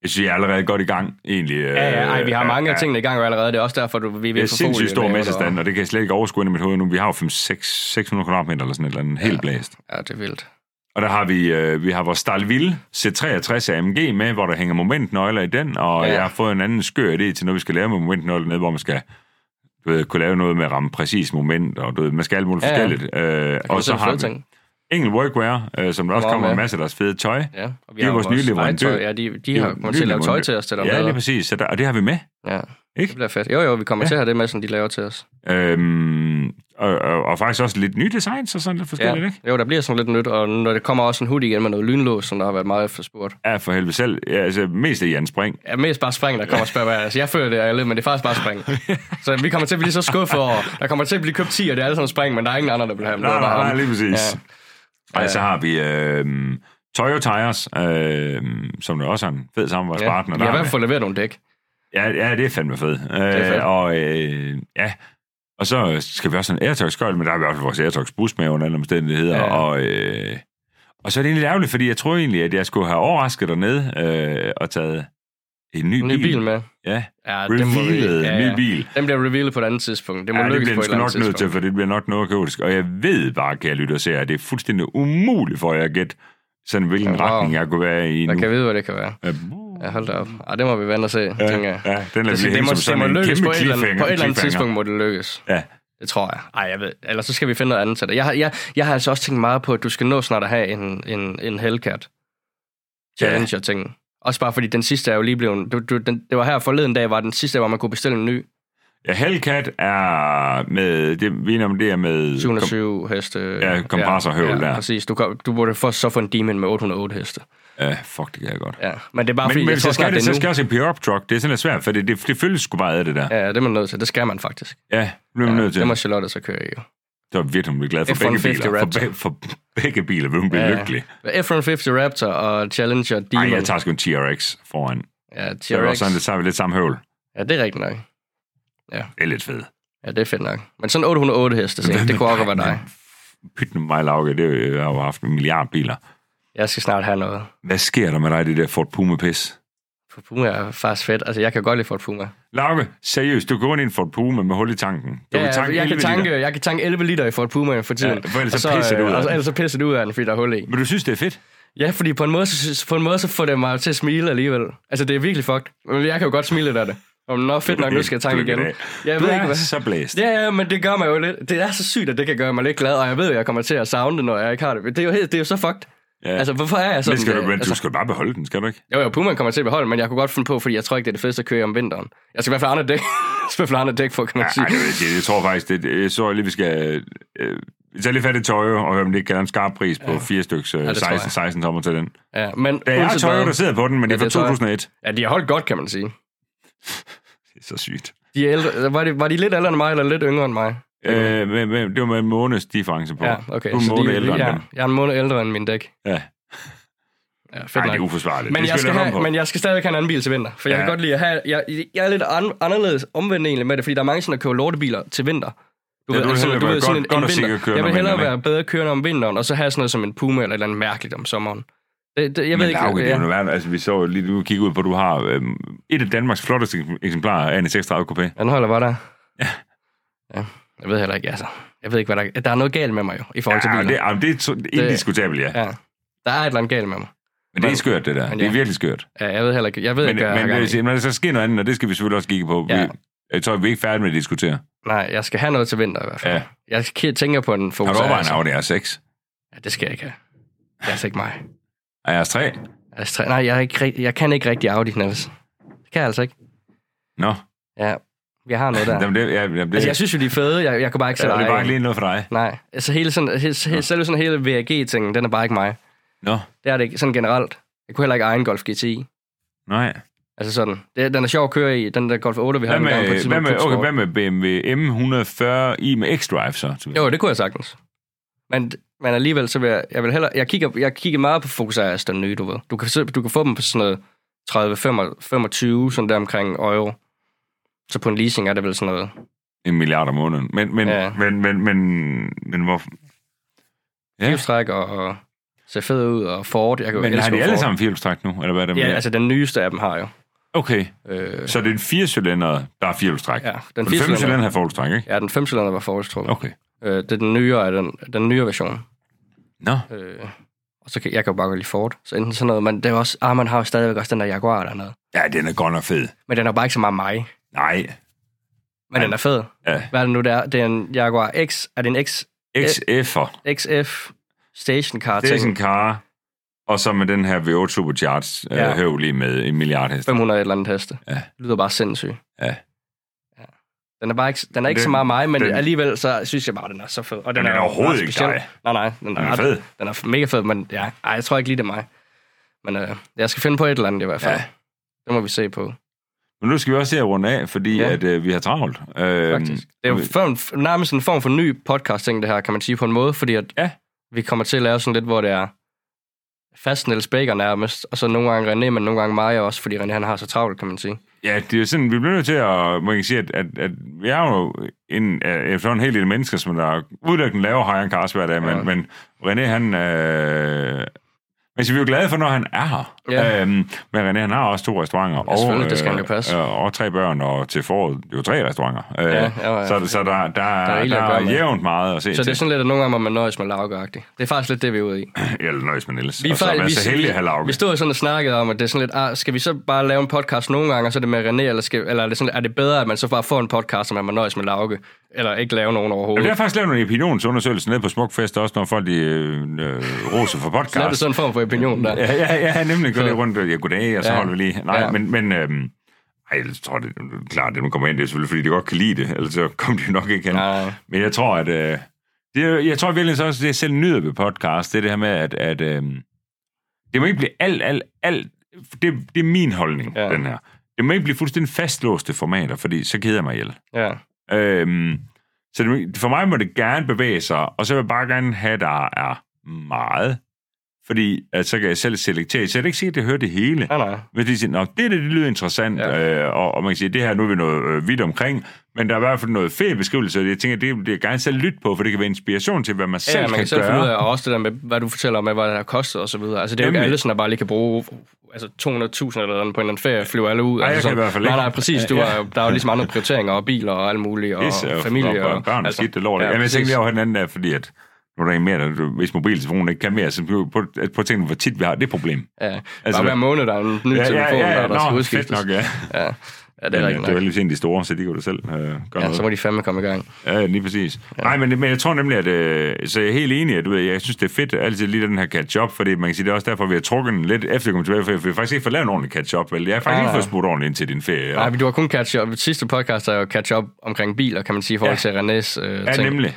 Speaker 2: jeg synes, jeg er allerede godt i gang, egentlig. Øh,
Speaker 1: Ja, ja, ej, vi har mange af tingene i gang allerede. Det er også derfor, du, vi er
Speaker 2: Det
Speaker 1: ved
Speaker 2: er
Speaker 1: at få folie
Speaker 2: sindssygt stor
Speaker 1: lavet, og-
Speaker 2: messestand, og det kan jeg slet ikke overskue ind i mit hoved nu. Vi har jo 5 6, 600 kvadratmeter eller sådan et eller andet, helt blæst.
Speaker 1: Ja, det er vildt.
Speaker 2: Og der har vi, øh, vi har vores Stalville C63 AMG med, hvor der hænger momentnøgler i den, og
Speaker 1: Ja.
Speaker 2: ja. jeg har fået en anden skør idé til noget, vi skal lave med momentnøgler nede, hvor man skal du ved, kunne lave noget med at ramme præcis moment, og du ved, man skal alt muligt
Speaker 1: Ja,
Speaker 2: ja,
Speaker 1: ja.
Speaker 2: forskelligt. Øh,
Speaker 1: Der kommer
Speaker 2: og så
Speaker 1: til at
Speaker 2: har
Speaker 1: fede
Speaker 2: vi
Speaker 1: ting.
Speaker 2: Engel Workwear, øh, som der også
Speaker 1: Hvor
Speaker 2: kommer
Speaker 1: med.
Speaker 2: en masse af deres fede tøj.
Speaker 1: Ja, og vi
Speaker 2: Det er
Speaker 1: har
Speaker 2: vores
Speaker 1: jo
Speaker 2: nye
Speaker 1: legetøj.
Speaker 2: leverandør.
Speaker 1: Ja, de, de har kommet til at lave tøj til os til dem.
Speaker 2: Ja, lige
Speaker 1: Ja,
Speaker 2: præcis, så der, og det har vi med.
Speaker 1: ja,
Speaker 2: Ikke?
Speaker 1: det bliver fedt. Jo, jo, vi kommer
Speaker 2: Ja.
Speaker 1: til at have det med, som de laver til os.
Speaker 2: Øhm, og, og, og faktisk også lidt nye designs og sådan lidt forskelligt, ikke?
Speaker 1: Jo, der bliver sådan lidt nyt, og når det kommer også en hoodie igen med noget lynlås, som der har været meget efterspurgt.
Speaker 2: Ja, for helvede selv. Ja, altså, mest af Jan Spring.
Speaker 1: Ja, mest bare spring, der kommer og spørger, hvad altså, jeg føler det er lidt, men det er faktisk bare spring. så vi kommer til at blive så skuffet over, der kommer til at blive købt 10, og det er alle sammen spring, men der er ingen andre, der vil have dem. Det
Speaker 2: Nej,
Speaker 1: er bare
Speaker 2: nej,
Speaker 1: ham.
Speaker 2: nej, lige præcis.
Speaker 1: Ja.
Speaker 2: Ja. Og så har vi øh, Toyo Tires, øh, som der også er en fed samarbejdspartner.
Speaker 1: Ja,
Speaker 2: der
Speaker 1: vi har i
Speaker 2: er
Speaker 1: hvert fald leveret nogle dæk.
Speaker 2: med. ja, ja, det er fandme fed.
Speaker 1: er fedt.
Speaker 2: Øh, og øh, ja, og så skal vi også have en airtox men der er i hvert fald vores airtox bus med under alle omstændigheder.
Speaker 1: Ja.
Speaker 2: Ja. Og, øh, og så er det egentlig ærgerligt, fordi jeg troede egentlig, at jeg skulle have overrasket dernede øh, og taget en ny,
Speaker 1: En ny bil med.
Speaker 2: Ja,
Speaker 1: Ja, den, må vi,
Speaker 2: revealet
Speaker 1: ja,
Speaker 2: en
Speaker 1: ja.
Speaker 2: ny bil.
Speaker 1: den bliver revealet på et andet tidspunkt. Det må
Speaker 2: Ja, det
Speaker 1: lykkes på
Speaker 2: bliver den
Speaker 1: et
Speaker 2: sgu
Speaker 1: eller andet
Speaker 2: nok nødt
Speaker 1: tidspunkt.
Speaker 2: til, for det bliver nok noget kaotisk. Og jeg ved bare, kan jeg lytte og se, at det er fuldstændig umuligt for jer at gætte, sådan hvilken
Speaker 1: Ja, wow.
Speaker 2: retning jeg kunne være i nu.
Speaker 1: Man kan vide, hvad det kan være.
Speaker 2: Ja,
Speaker 1: Ja, hold da op. Ej, det må vi vente og se, ja, tænker jeg.
Speaker 2: ja, den lader
Speaker 1: Det,
Speaker 2: vi
Speaker 1: Altså, det,
Speaker 2: hænge
Speaker 1: må, det
Speaker 2: som ligesom sådan
Speaker 1: må
Speaker 2: en
Speaker 1: lykkes
Speaker 2: kæmpe
Speaker 1: på et, eller andet,
Speaker 2: cliffhanger-
Speaker 1: på et eller andet
Speaker 2: cliffhanger.
Speaker 1: tidspunkt, må det lykkes.
Speaker 2: Ja,
Speaker 1: Det tror jeg. Ej, jeg ved. Ellers så skal vi finde noget andet til dig. Jeg har, jeg, jeg har altså også tænkt meget på, at du skal nå snart at have en, en, en Hellcat. Challenger ting. Også bare fordi den sidste er jo lige blevet... Du, du, den, det var her forleden dag, var den sidste, hvor man kunne bestille en ny
Speaker 2: ja Hellcat er med, det, vi er enige om det er med,
Speaker 1: 707 heste.
Speaker 2: ja, kompressorhøvl
Speaker 1: ja,
Speaker 2: der.
Speaker 1: præcis. Du, kan- du burde få, så få en Demon med 808 heste.
Speaker 2: ja, fuck, det kan jeg godt.
Speaker 1: Ja. Men det er bare fordi,
Speaker 2: Men,
Speaker 1: jeg
Speaker 2: men
Speaker 1: tror snart,
Speaker 2: så skal det,
Speaker 1: det er
Speaker 2: så
Speaker 1: nu.
Speaker 2: skal også en pickup truck. Det er sådan lidt svært, for det, det, det føles sgu bare af det der.
Speaker 1: Ja, det er man nødt til. Det skal man faktisk.
Speaker 2: Ja, det bliver man nødt til.
Speaker 1: Det må Charlotte så køre i. jo.
Speaker 2: Det var virkelig, man glad for
Speaker 1: F150
Speaker 2: begge biler. For,
Speaker 1: Raptor.
Speaker 2: be, for begge biler vil man blive
Speaker 1: Ja.
Speaker 2: lykkelig.
Speaker 1: F-150 Raptor og Challenger Demon.
Speaker 2: Ej, jeg tager sgu en TRX foran.
Speaker 1: Ja,
Speaker 2: Så er det også
Speaker 1: TRX.
Speaker 2: sådan, det så har vi lidt samme høvl.
Speaker 1: Ja, det er rigtigt nok.
Speaker 2: Det er lidt fedt.
Speaker 1: Ja, det er fedt nok. Men sådan 808 heste, så det kunne også godt være dig.
Speaker 2: Pyt nu mig, Lauke. Det er- jeg har jo haft en milliard biler.
Speaker 1: Jeg skal snart have noget.
Speaker 2: Hvad sker der med dig, det der Ford Puma-pis?
Speaker 1: For Puma er faktisk fedt. Altså, jeg kan godt lide Ford Puma.
Speaker 2: Lauke, seriøst, du går ind i en Ford Puma med hul i tanken. Du
Speaker 1: Ja, jeg, kan
Speaker 2: 11
Speaker 1: tanke,
Speaker 2: liter.
Speaker 1: jeg kan tanke 11 liter i Ford Puma for tiden.
Speaker 2: Ja, for ellers
Speaker 1: Og
Speaker 2: så pisser du ud af
Speaker 1: øh, og så-
Speaker 2: den.
Speaker 1: Ellers så pisser du ud af den, fordi der er hul i.
Speaker 2: Men du synes, det er fedt?
Speaker 1: Ja, fordi på en måde, så, på en måde, så får det mig til at smile alligevel. Altså, det er virkelig fucked. Men jeg kan jo godt smile lidt af det. Om, nå, fedt nok, nu skal jeg tanke igen.
Speaker 2: Jeg
Speaker 1: Jeg
Speaker 2: du
Speaker 1: ved
Speaker 2: er
Speaker 1: ikke, hvad...
Speaker 2: så blæst.
Speaker 1: Ja, ja, men det gør mig jo lidt. Det er så sygt, at det kan gøre mig lidt glad, og jeg ved, at jeg kommer til at savne det, når jeg ikke har det. Det er jo, helt, det er jo så fucked.
Speaker 2: Ja.
Speaker 1: Altså, hvorfor er jeg sådan?
Speaker 2: Men skal du,
Speaker 1: øh,
Speaker 2: men
Speaker 1: altså,
Speaker 2: du skal bare beholde den, skal du ikke?
Speaker 1: Jo, jo, Pumaen kommer til at beholde, men jeg kunne godt finde på, fordi jeg tror ikke, det er det fedeste at køre om vinteren. Jeg skal i hvert fald have andre dæk, jeg skal i hvert fald have andre dæk på, kan man
Speaker 2: Nej,
Speaker 1: sige.
Speaker 2: det, det, jeg tror faktisk, det, det- jeg tror lige, vi skal... Øh, tage lige fat i tøj, og høre, om det ikke kan have en skarp pris på fire stykker
Speaker 1: det tror
Speaker 2: 16,
Speaker 1: jeg.
Speaker 2: 16 tommer til den.
Speaker 1: Ja, men
Speaker 2: Det er
Speaker 1: uanset
Speaker 2: tøj,
Speaker 1: hvad-
Speaker 2: der sidder på den, men det er
Speaker 1: Ja,
Speaker 2: fra
Speaker 1: det er Toyo.
Speaker 2: 2001.
Speaker 1: Ja, de har holdt godt, kan man sige.
Speaker 2: Det er så sygt.
Speaker 1: De er ældre, var, de, var de lidt ældre end mig, eller lidt yngre end mig?
Speaker 2: Øh, men, men, det var med en måneds difference på.
Speaker 1: Ja, okay.
Speaker 2: Du er en måned
Speaker 1: de,
Speaker 2: ældre
Speaker 1: ja,
Speaker 2: ja. end dem.
Speaker 1: Jeg er en måned ældre end min dæk.
Speaker 2: Ja.
Speaker 1: Ja, fedt
Speaker 2: Ej, det er
Speaker 1: nok.
Speaker 2: uforsvarligt.
Speaker 1: Men
Speaker 2: det
Speaker 1: jeg, skal
Speaker 2: vi lave om på.
Speaker 1: have, men jeg skal stadigvæk have en anden bil til vinter. For jeg
Speaker 2: Ja.
Speaker 1: kan godt lide at have... Jeg, jeg er lidt an, anderledes omvendt egentlig med det, fordi der er mange sådan, der køber lortebiler til vinter. Du
Speaker 2: Ja, du vil hellere være godt- godt og sikkert kørende
Speaker 1: Jeg vil
Speaker 2: om
Speaker 1: hellere
Speaker 2: vinteren,
Speaker 1: være bedre kørende om vinteren, og så have sådan noget som en Puma eller et eller andet mærkeligt om sommeren. Det, det, jeg ved
Speaker 2: men
Speaker 1: ikke...
Speaker 2: Lauke, det er
Speaker 1: ja.
Speaker 2: jo noget værd. Altså, vi så jo lige nu kigge ud på, at du har øhm, et af Danmarks flotteste eksemplarer af en 36 Coupé.
Speaker 1: Han holder bare der. Ja. ja. Jeg ved heller ikke, altså. Jeg ved ikke, hvad der... Der er noget galt med mig jo, i forhold til
Speaker 2: Ja,
Speaker 1: biler.
Speaker 2: det, jamen, det er to- det er indiskutabelt, ja.
Speaker 1: Ja. Der er et eller andet galt med mig.
Speaker 2: Men det er skørt, det der.
Speaker 1: Men
Speaker 2: Det er
Speaker 1: ja.
Speaker 2: virkelig skørt.
Speaker 1: Ja, jeg ved heller ikke... Jeg ved
Speaker 2: Men,
Speaker 1: ikke, hvad jeg
Speaker 2: men,
Speaker 1: har gang i.
Speaker 2: men, men så sker noget andet, og det skal vi selvfølgelig også kigge på.
Speaker 1: Ja.
Speaker 2: Vi, jeg tror, vi er ikke færdige med at diskutere.
Speaker 1: Nej, jeg skal have noget til vinter i hvert fald.
Speaker 2: Ja.
Speaker 1: Jeg k- tænker på en Focus
Speaker 2: Har du overvejet en
Speaker 1: altså.
Speaker 2: Audi R6?
Speaker 1: Ja, det skal jeg ikke have. Det er altså ikke mig.
Speaker 2: Er R3?
Speaker 1: Altså, tre- nej, jeg, er ikke, rigt- jeg kan ikke rigtig Audi, Niels. Det kan jeg altså ikke.
Speaker 2: Nå.
Speaker 1: Ja, jeg har noget der.
Speaker 2: Jamen, det, ja, jamen, det,
Speaker 1: altså, jeg synes jo, de er fede. Jeg, jeg kan bare ikke
Speaker 2: ja,
Speaker 1: selv
Speaker 2: det
Speaker 1: eje
Speaker 2: er bare
Speaker 1: en.
Speaker 2: ikke lige noget for dig.
Speaker 1: Nej, altså hele sådan, he, he, selve sådan hele VAG-tingen, den er bare ikke mig.
Speaker 2: Nå.
Speaker 1: Det er det ikke, sådan generelt. Jeg kunne heller ikke eje en Golf GTI.
Speaker 2: Nej.
Speaker 1: Altså sådan. Det, den er sjov at køre i, den der Golf 8, vi har
Speaker 2: Hvad
Speaker 1: en gang på et
Speaker 2: med, hvad
Speaker 1: tidspunkt.
Speaker 2: med, okay,
Speaker 1: Klubsport.
Speaker 2: hvad med BMW M140i med X-Drive så? Tobias?
Speaker 1: Jo, det kunne jeg sagtens. Men, men alligevel, så vil jeg, jeg vil hellere, jeg kigger, jeg kigger meget på Focus Ares, den nye, du ved. Du kan, se- du kan få dem på sådan noget 30, 25, sådan der omkring euro. Så på en leasing er det vel sådan noget.
Speaker 2: En milliard om måneden. Men, men,
Speaker 1: Ja.
Speaker 2: ja. men, men, men, men hvor... Ja.
Speaker 1: Livstræk og, og ser fed ud, og Ford. Jeg kan jo
Speaker 2: Men
Speaker 1: elske
Speaker 2: har de
Speaker 1: Ford.
Speaker 2: alle sammen firehjulstræk nu, eller hvad er det?
Speaker 1: Ja,
Speaker 2: med?
Speaker 1: altså den nyeste af dem har jo.
Speaker 2: Okay,
Speaker 1: Øh,
Speaker 2: så det er en firecylindret, der er firehjulstræk.
Speaker 1: ja, den
Speaker 2: Den femcylinder
Speaker 1: 5
Speaker 2: har forhjulstræk, ikke?
Speaker 1: Ja, den 5 var forholdstrukket.
Speaker 2: Okay.
Speaker 1: Øh, det er den nyere, af den, den nye version.
Speaker 2: Nå,
Speaker 1: Øh, og så kan, jeg kan jo bare godt lide Ford. Så enten sådan noget, men det er også, ah, man har jo stadigvæk også den der Jaguar eller noget.
Speaker 2: ja, den er godt nok fed.
Speaker 1: Men den er jo bare ikke så meget mig.
Speaker 2: Nej,
Speaker 1: Men den er fed.
Speaker 2: ja.
Speaker 1: Hvad er det nu, det er? Det er en Jaguar X. Er det en X,
Speaker 2: XF'er.
Speaker 1: XF stationcar
Speaker 2: Det er sådan
Speaker 1: ting?
Speaker 2: en car, og så med den her V8 Supercharged øh,
Speaker 1: Ja.
Speaker 2: høvl i med en milliard hest.
Speaker 1: 500 et eller andet heste.
Speaker 2: Ja.
Speaker 1: Det lyder bare sindssygt.
Speaker 2: Ja.
Speaker 1: Ja. Den er bare ikke, den er ikke
Speaker 2: Den-
Speaker 1: så meget mig, men
Speaker 2: den-
Speaker 1: alligevel så synes jeg bare, den er så fed. Og den,
Speaker 2: den er
Speaker 1: jo
Speaker 2: overhovedet
Speaker 1: ret
Speaker 2: ikke
Speaker 1: speciel.
Speaker 2: dig.
Speaker 1: Nej, nej. Den er,
Speaker 2: Den er
Speaker 1: ret-
Speaker 2: fed.
Speaker 1: Den er mega fed, men ja, ej, jeg tror ikke lige, det er mig. Men øh, jeg skal finde på et eller andet i hvert fald.
Speaker 2: Ja.
Speaker 1: Ja. Det må vi se på,
Speaker 2: Men nu skal vi også se at runde af, fordi
Speaker 1: Ja.
Speaker 2: ja. at, øh, vi har travlt. Øh,
Speaker 1: faktisk. Det er jo form, nærmest en form for ny podcasting, det her, kan man sige på en måde, fordi at
Speaker 2: Ja.
Speaker 1: vi kommer til at lave sådan lidt, hvor det er fast Niels Baker nærmest, og så nogle gange René, men nogle gange mig også, fordi René han har så travlt, kan man sige.
Speaker 2: Ja, det er jo sådan, vi bliver nødt til at, må jeg sige, at, at, at vi er jo en, er efterhånden en hel del mennesker, som der udelukkende laver Hajan Kars hver dag, men,
Speaker 1: Ja.
Speaker 2: ja. men René, han... Øh, men så vi er jo glade for, når han er her.
Speaker 1: Ja.
Speaker 2: Øhm, men René, han har også to restauranter. og,
Speaker 1: selvfølgelig, det skal han jo passe.
Speaker 2: Øh, og tre børn, og til foråret, det er jo tre restauranter. Øh,
Speaker 1: Ja, ja, ja.
Speaker 2: Så, så der, der, der, er,
Speaker 1: rigeligt
Speaker 2: der
Speaker 1: at gøre
Speaker 2: er
Speaker 1: med.
Speaker 2: jævnt meget at se
Speaker 1: Så det er
Speaker 2: til.
Speaker 1: sådan lidt, at nogle gange må man nøjes med lavgagtigt. Det er faktisk lidt det, vi er ude i.
Speaker 2: Eller nøjes med Niels.
Speaker 1: Vi,
Speaker 2: og så er man
Speaker 1: vi,
Speaker 2: så heldig at have
Speaker 1: vi,
Speaker 2: Lauke.
Speaker 1: vi stod sådan og snakkede om, at det er sådan lidt, ah, skal vi så bare lave en podcast nogle gange, og så er det med René, eller, skal, eller er, det sådan, er det bedre, at man så bare får en podcast, som man må nøjes med Lauke, eller ikke lave nogen
Speaker 2: Jamen,
Speaker 1: overhovedet?
Speaker 2: der er faktisk lavet nogle opinionsundersøgelser nede på Smukfest, også når folk de, øh, øh, roser for podcast.
Speaker 1: Så er det sådan en form for opinion der.
Speaker 2: Ja, ja, ja nemlig. Gå
Speaker 1: Så-
Speaker 2: lige rundt, ja, goddag, og så
Speaker 1: Ja.
Speaker 2: ja. holder vi lige. Nej,
Speaker 1: Ja.
Speaker 2: ja. men... men øhm, ej, jeg tror, det er klart, det nu kommer ind, det er selvfølgelig, fordi de godt kan lide det, ellers så kom de nok ikke hen.
Speaker 1: Nej.
Speaker 2: Men jeg tror, at... Øh, det, er- jeg tror virkelig så også, det er selv nyder ved podcast, det er det her med, at, at øh, det må ikke blive alt, alt, alt... Det, det er min holdning,
Speaker 1: Ja.
Speaker 2: ja. den her. Det må ikke blive fuldstændig fastlåste formater, fordi så keder jeg mig ihjel.
Speaker 1: Ja.
Speaker 2: Øhm, så det, må- for mig må det gerne bevæge sig, og så vil jeg bare gerne have, at der er meget. Fordi at så kan jeg selv selektere. Så jeg kan ikke sige, at jeg hører det hele.
Speaker 1: Nej, nej.
Speaker 2: Hvis de siger, Nå, det, der, det lyder interessant, ja. øh, og, og, man kan sige, det her nu er vi noget øh, vidt omkring, men der er i hvert fald noget fed beskrivelse, og jeg tænker, det vil jeg gerne selv lytte på, for det kan være inspiration til, hvad man selv
Speaker 1: ja, man kan selv finde ud
Speaker 2: gøre.
Speaker 1: af, og også det der med, hvad du fortæller om, hvad det har kostet og så videre. Altså, det er jo ikke
Speaker 2: Nemlig.
Speaker 1: alle, sådan, der bare lige kan bruge altså, 200.000 eller noget på en eller anden ferie, flyve alle ud.
Speaker 2: Ej,
Speaker 1: altså,
Speaker 2: jeg kan
Speaker 1: sådan.
Speaker 2: i hvert fald ikke.
Speaker 1: Nej, nej, præcis. Du
Speaker 2: Ja.
Speaker 1: har, der er jo ligesom andre prioriteringer, og biler og alt muligt, og
Speaker 2: Pisse,
Speaker 1: familie.
Speaker 2: og, og børn og altså, skidt, det lort. Ja, Jamen, jeg
Speaker 1: præcis.
Speaker 2: tænkte lige over den anden der, fordi at nu er der en mere, der, hvis mobiltelefonen ikke kan mere, så prøv på, på at tænke, hvor tit vi har det problem.
Speaker 1: Ja, altså,
Speaker 2: Altså,
Speaker 1: bare hver måned, der er en ny telefon, der, der skal
Speaker 2: nå,
Speaker 1: udskiftes.
Speaker 2: fedt nok, ja.
Speaker 1: Ja, ja det
Speaker 2: Men,
Speaker 1: er
Speaker 2: øh,
Speaker 1: rigtigt
Speaker 2: Det er jo
Speaker 1: nok.
Speaker 2: heldigvis en af de store, så de kunne da selv øh, gøre
Speaker 1: Ja,
Speaker 2: noget.
Speaker 1: så må de fandme komme i gang.
Speaker 2: Ja, lige præcis. Ja. Nej, men, men jeg tror nemlig, at... Øh, så jeg er helt enig, at du ved, jeg synes, det er fedt altid lige den her catch-up, fordi man kan sige, det er også derfor, vi har trukket den lidt efter, at komme tilbage, for jeg har faktisk ikke fået lavet en ordentlig catch-up, vel? Jeg har faktisk
Speaker 1: Nej,
Speaker 2: ikke
Speaker 1: nej.
Speaker 2: fået spurgt ordentligt ind til din ferie.
Speaker 1: Nej,
Speaker 2: og-
Speaker 1: men du har kun catch up. Sidste podcast er jo catch up omkring biler, kan man sige, i forhold til Renés øh,
Speaker 2: ja,
Speaker 1: ting.
Speaker 2: nemlig.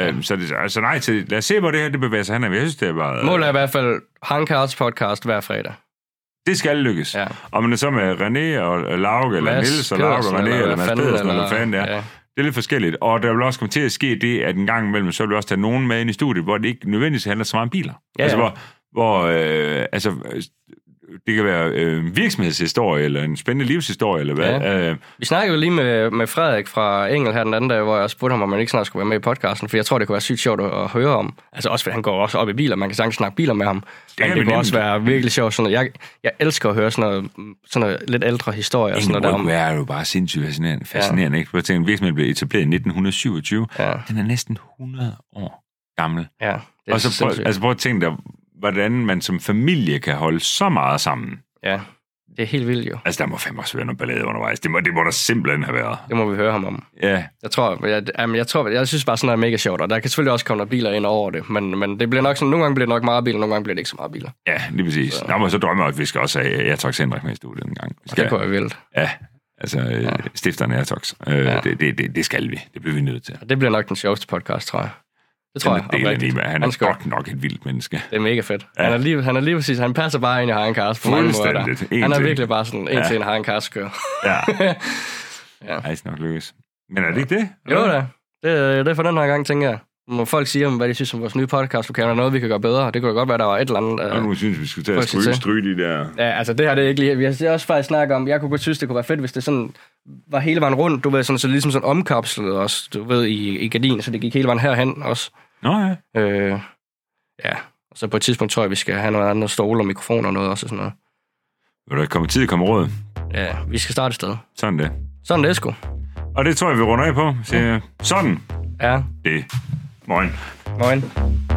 Speaker 2: Øhm, så, det, altså, nej til, lad os se, hvor det her det bevæger sig hen. ad. Jeg synes, det er bare...
Speaker 1: Målet er i hvert fald Hankarts podcast hver fredag.
Speaker 2: Det skal lykkes.
Speaker 1: Ja.
Speaker 2: Ja. Om det er så med René og og Lauke, eller
Speaker 1: Mads
Speaker 2: Niels og Lauke,
Speaker 1: Pedersen,
Speaker 2: og René,
Speaker 1: eller
Speaker 2: eller
Speaker 1: hvad
Speaker 2: Mads
Speaker 1: fanden,
Speaker 2: Pedersen, eller
Speaker 1: eller-
Speaker 2: hvad fanden det er.
Speaker 1: ja.
Speaker 2: Ja. Det er lidt forskelligt. Og der vil også komme til at ske det, at en gang imellem, så vil vi også tage nogen med ind i studiet, hvor det ikke nødvendigvis handler så meget om biler.
Speaker 1: Ja,
Speaker 2: Ja, altså,
Speaker 1: ja.
Speaker 2: hvor, hvor øh, altså, øh, det kan være øh, en virksomhedshistorie, eller en spændende livshistorie, eller hvad. Ja. Øh,
Speaker 1: Vi snakkede jo lige med, med Frederik fra Engel her den anden dag, hvor jeg spurgte ham, om han ikke snart skulle være med i podcasten, for jeg tror, det kunne være sygt sjovt at, at høre om. Altså også, fordi han går også op i biler, man kan sagtens snakke biler med ham. Det
Speaker 2: kan
Speaker 1: men
Speaker 2: vi
Speaker 1: det kunne
Speaker 2: nemt.
Speaker 1: også være virkelig sjovt. Sådan noget. Jeg, jeg elsker at høre sådan noget, sådan noget lidt ældre historier. og Sådan noget
Speaker 2: Ingeborg
Speaker 1: derom.
Speaker 2: er jo bare sindssygt fascinerende. fascinerende ja. ikke? Prøv at tænke, en virksomhed blev etableret i 1927.
Speaker 1: Ja.
Speaker 2: Ja. Den er næsten 100 år gammel.
Speaker 1: Ja, det er
Speaker 2: Og så prøv,
Speaker 1: sindssygt.
Speaker 2: altså prøv at tænke dig, hvordan man som familie kan holde så meget sammen.
Speaker 1: Ja, det er helt vildt jo.
Speaker 2: Altså, der må fandme også være noget ballade undervejs. Det må, det må der simpelthen have været.
Speaker 1: Det må vi høre ham om.
Speaker 2: Ja.
Speaker 1: Jeg tror, jeg, jamen, jeg, tror, jeg synes bare, sådan noget er mega sjovt, og der kan selvfølgelig også komme noget biler ind over det, men, men det bliver nok sådan, nogle gange bliver det nok meget biler, nogle gange bliver det ikke så meget biler.
Speaker 2: Ja, lige præcis. Så. Nå, men så drømmer jeg, at vi skal også have Airtox Henrik med i studiet en gang.
Speaker 1: Ja. Det kunne være vildt.
Speaker 2: Ja, altså ja. Øh, stifteren af Airtox. Øh, ja. det, det, det, det skal vi. Det bliver vi nødt til.
Speaker 1: Og det bliver nok den sjoveste podcast, tror jeg. Det Det tror jeg.
Speaker 2: Det er
Speaker 1: oprigtigt.
Speaker 2: Nima. Han
Speaker 1: Han
Speaker 2: er
Speaker 1: skal
Speaker 2: godt nok et vildt menneske.
Speaker 1: Det er mega fedt. Ja. Han, er lige, han er lige præcis, han passer bare ind i Harren Kars på mange måder. Der.
Speaker 2: Fuldstændigt. En
Speaker 1: Han er
Speaker 2: til en.
Speaker 1: virkelig bare sådan en ja. til en Harren Kars kører.
Speaker 2: Ja.
Speaker 1: Ja.
Speaker 2: Ej, det skal nok lykkes. Men er det ikke det?
Speaker 1: jo da, det, er- det er for den her gang, tænker jeg. Må folk sige, om, hvad de synes om vores nye podcast, er der noget, vi kan gøre bedre. Det kunne godt være, der var et eller andet.
Speaker 2: Og
Speaker 1: Øh,
Speaker 2: nu synes vi skulle tage
Speaker 1: Prøv
Speaker 2: at
Speaker 1: at
Speaker 2: stryge,
Speaker 1: sige til.
Speaker 2: stryge de der...
Speaker 1: Ja, altså det her, det er ikke lige... Vi har også faktisk snakket om, jeg kunne godt synes, det kunne være fedt, hvis det sådan var hele vejen rundt. Du ved, sådan, så det ligesom sådan omkapslet også, du ved, i, i gardinen, så det gik hele vejen herhen også.
Speaker 2: Nå ja.
Speaker 1: Øh, ja, og så på et tidspunkt tror jeg, vi skal have noget andet stole og mikrofoner og noget også og sådan noget.
Speaker 2: Vil der komme tid, kommer råd.
Speaker 1: Ja, vi skal starte et sted.
Speaker 2: Sådan det.
Speaker 1: Sådan det er sgu.
Speaker 2: Og det tror jeg, vi runder af på. Så, sådan.
Speaker 1: Ja,
Speaker 2: Det. Moin.
Speaker 1: morgen.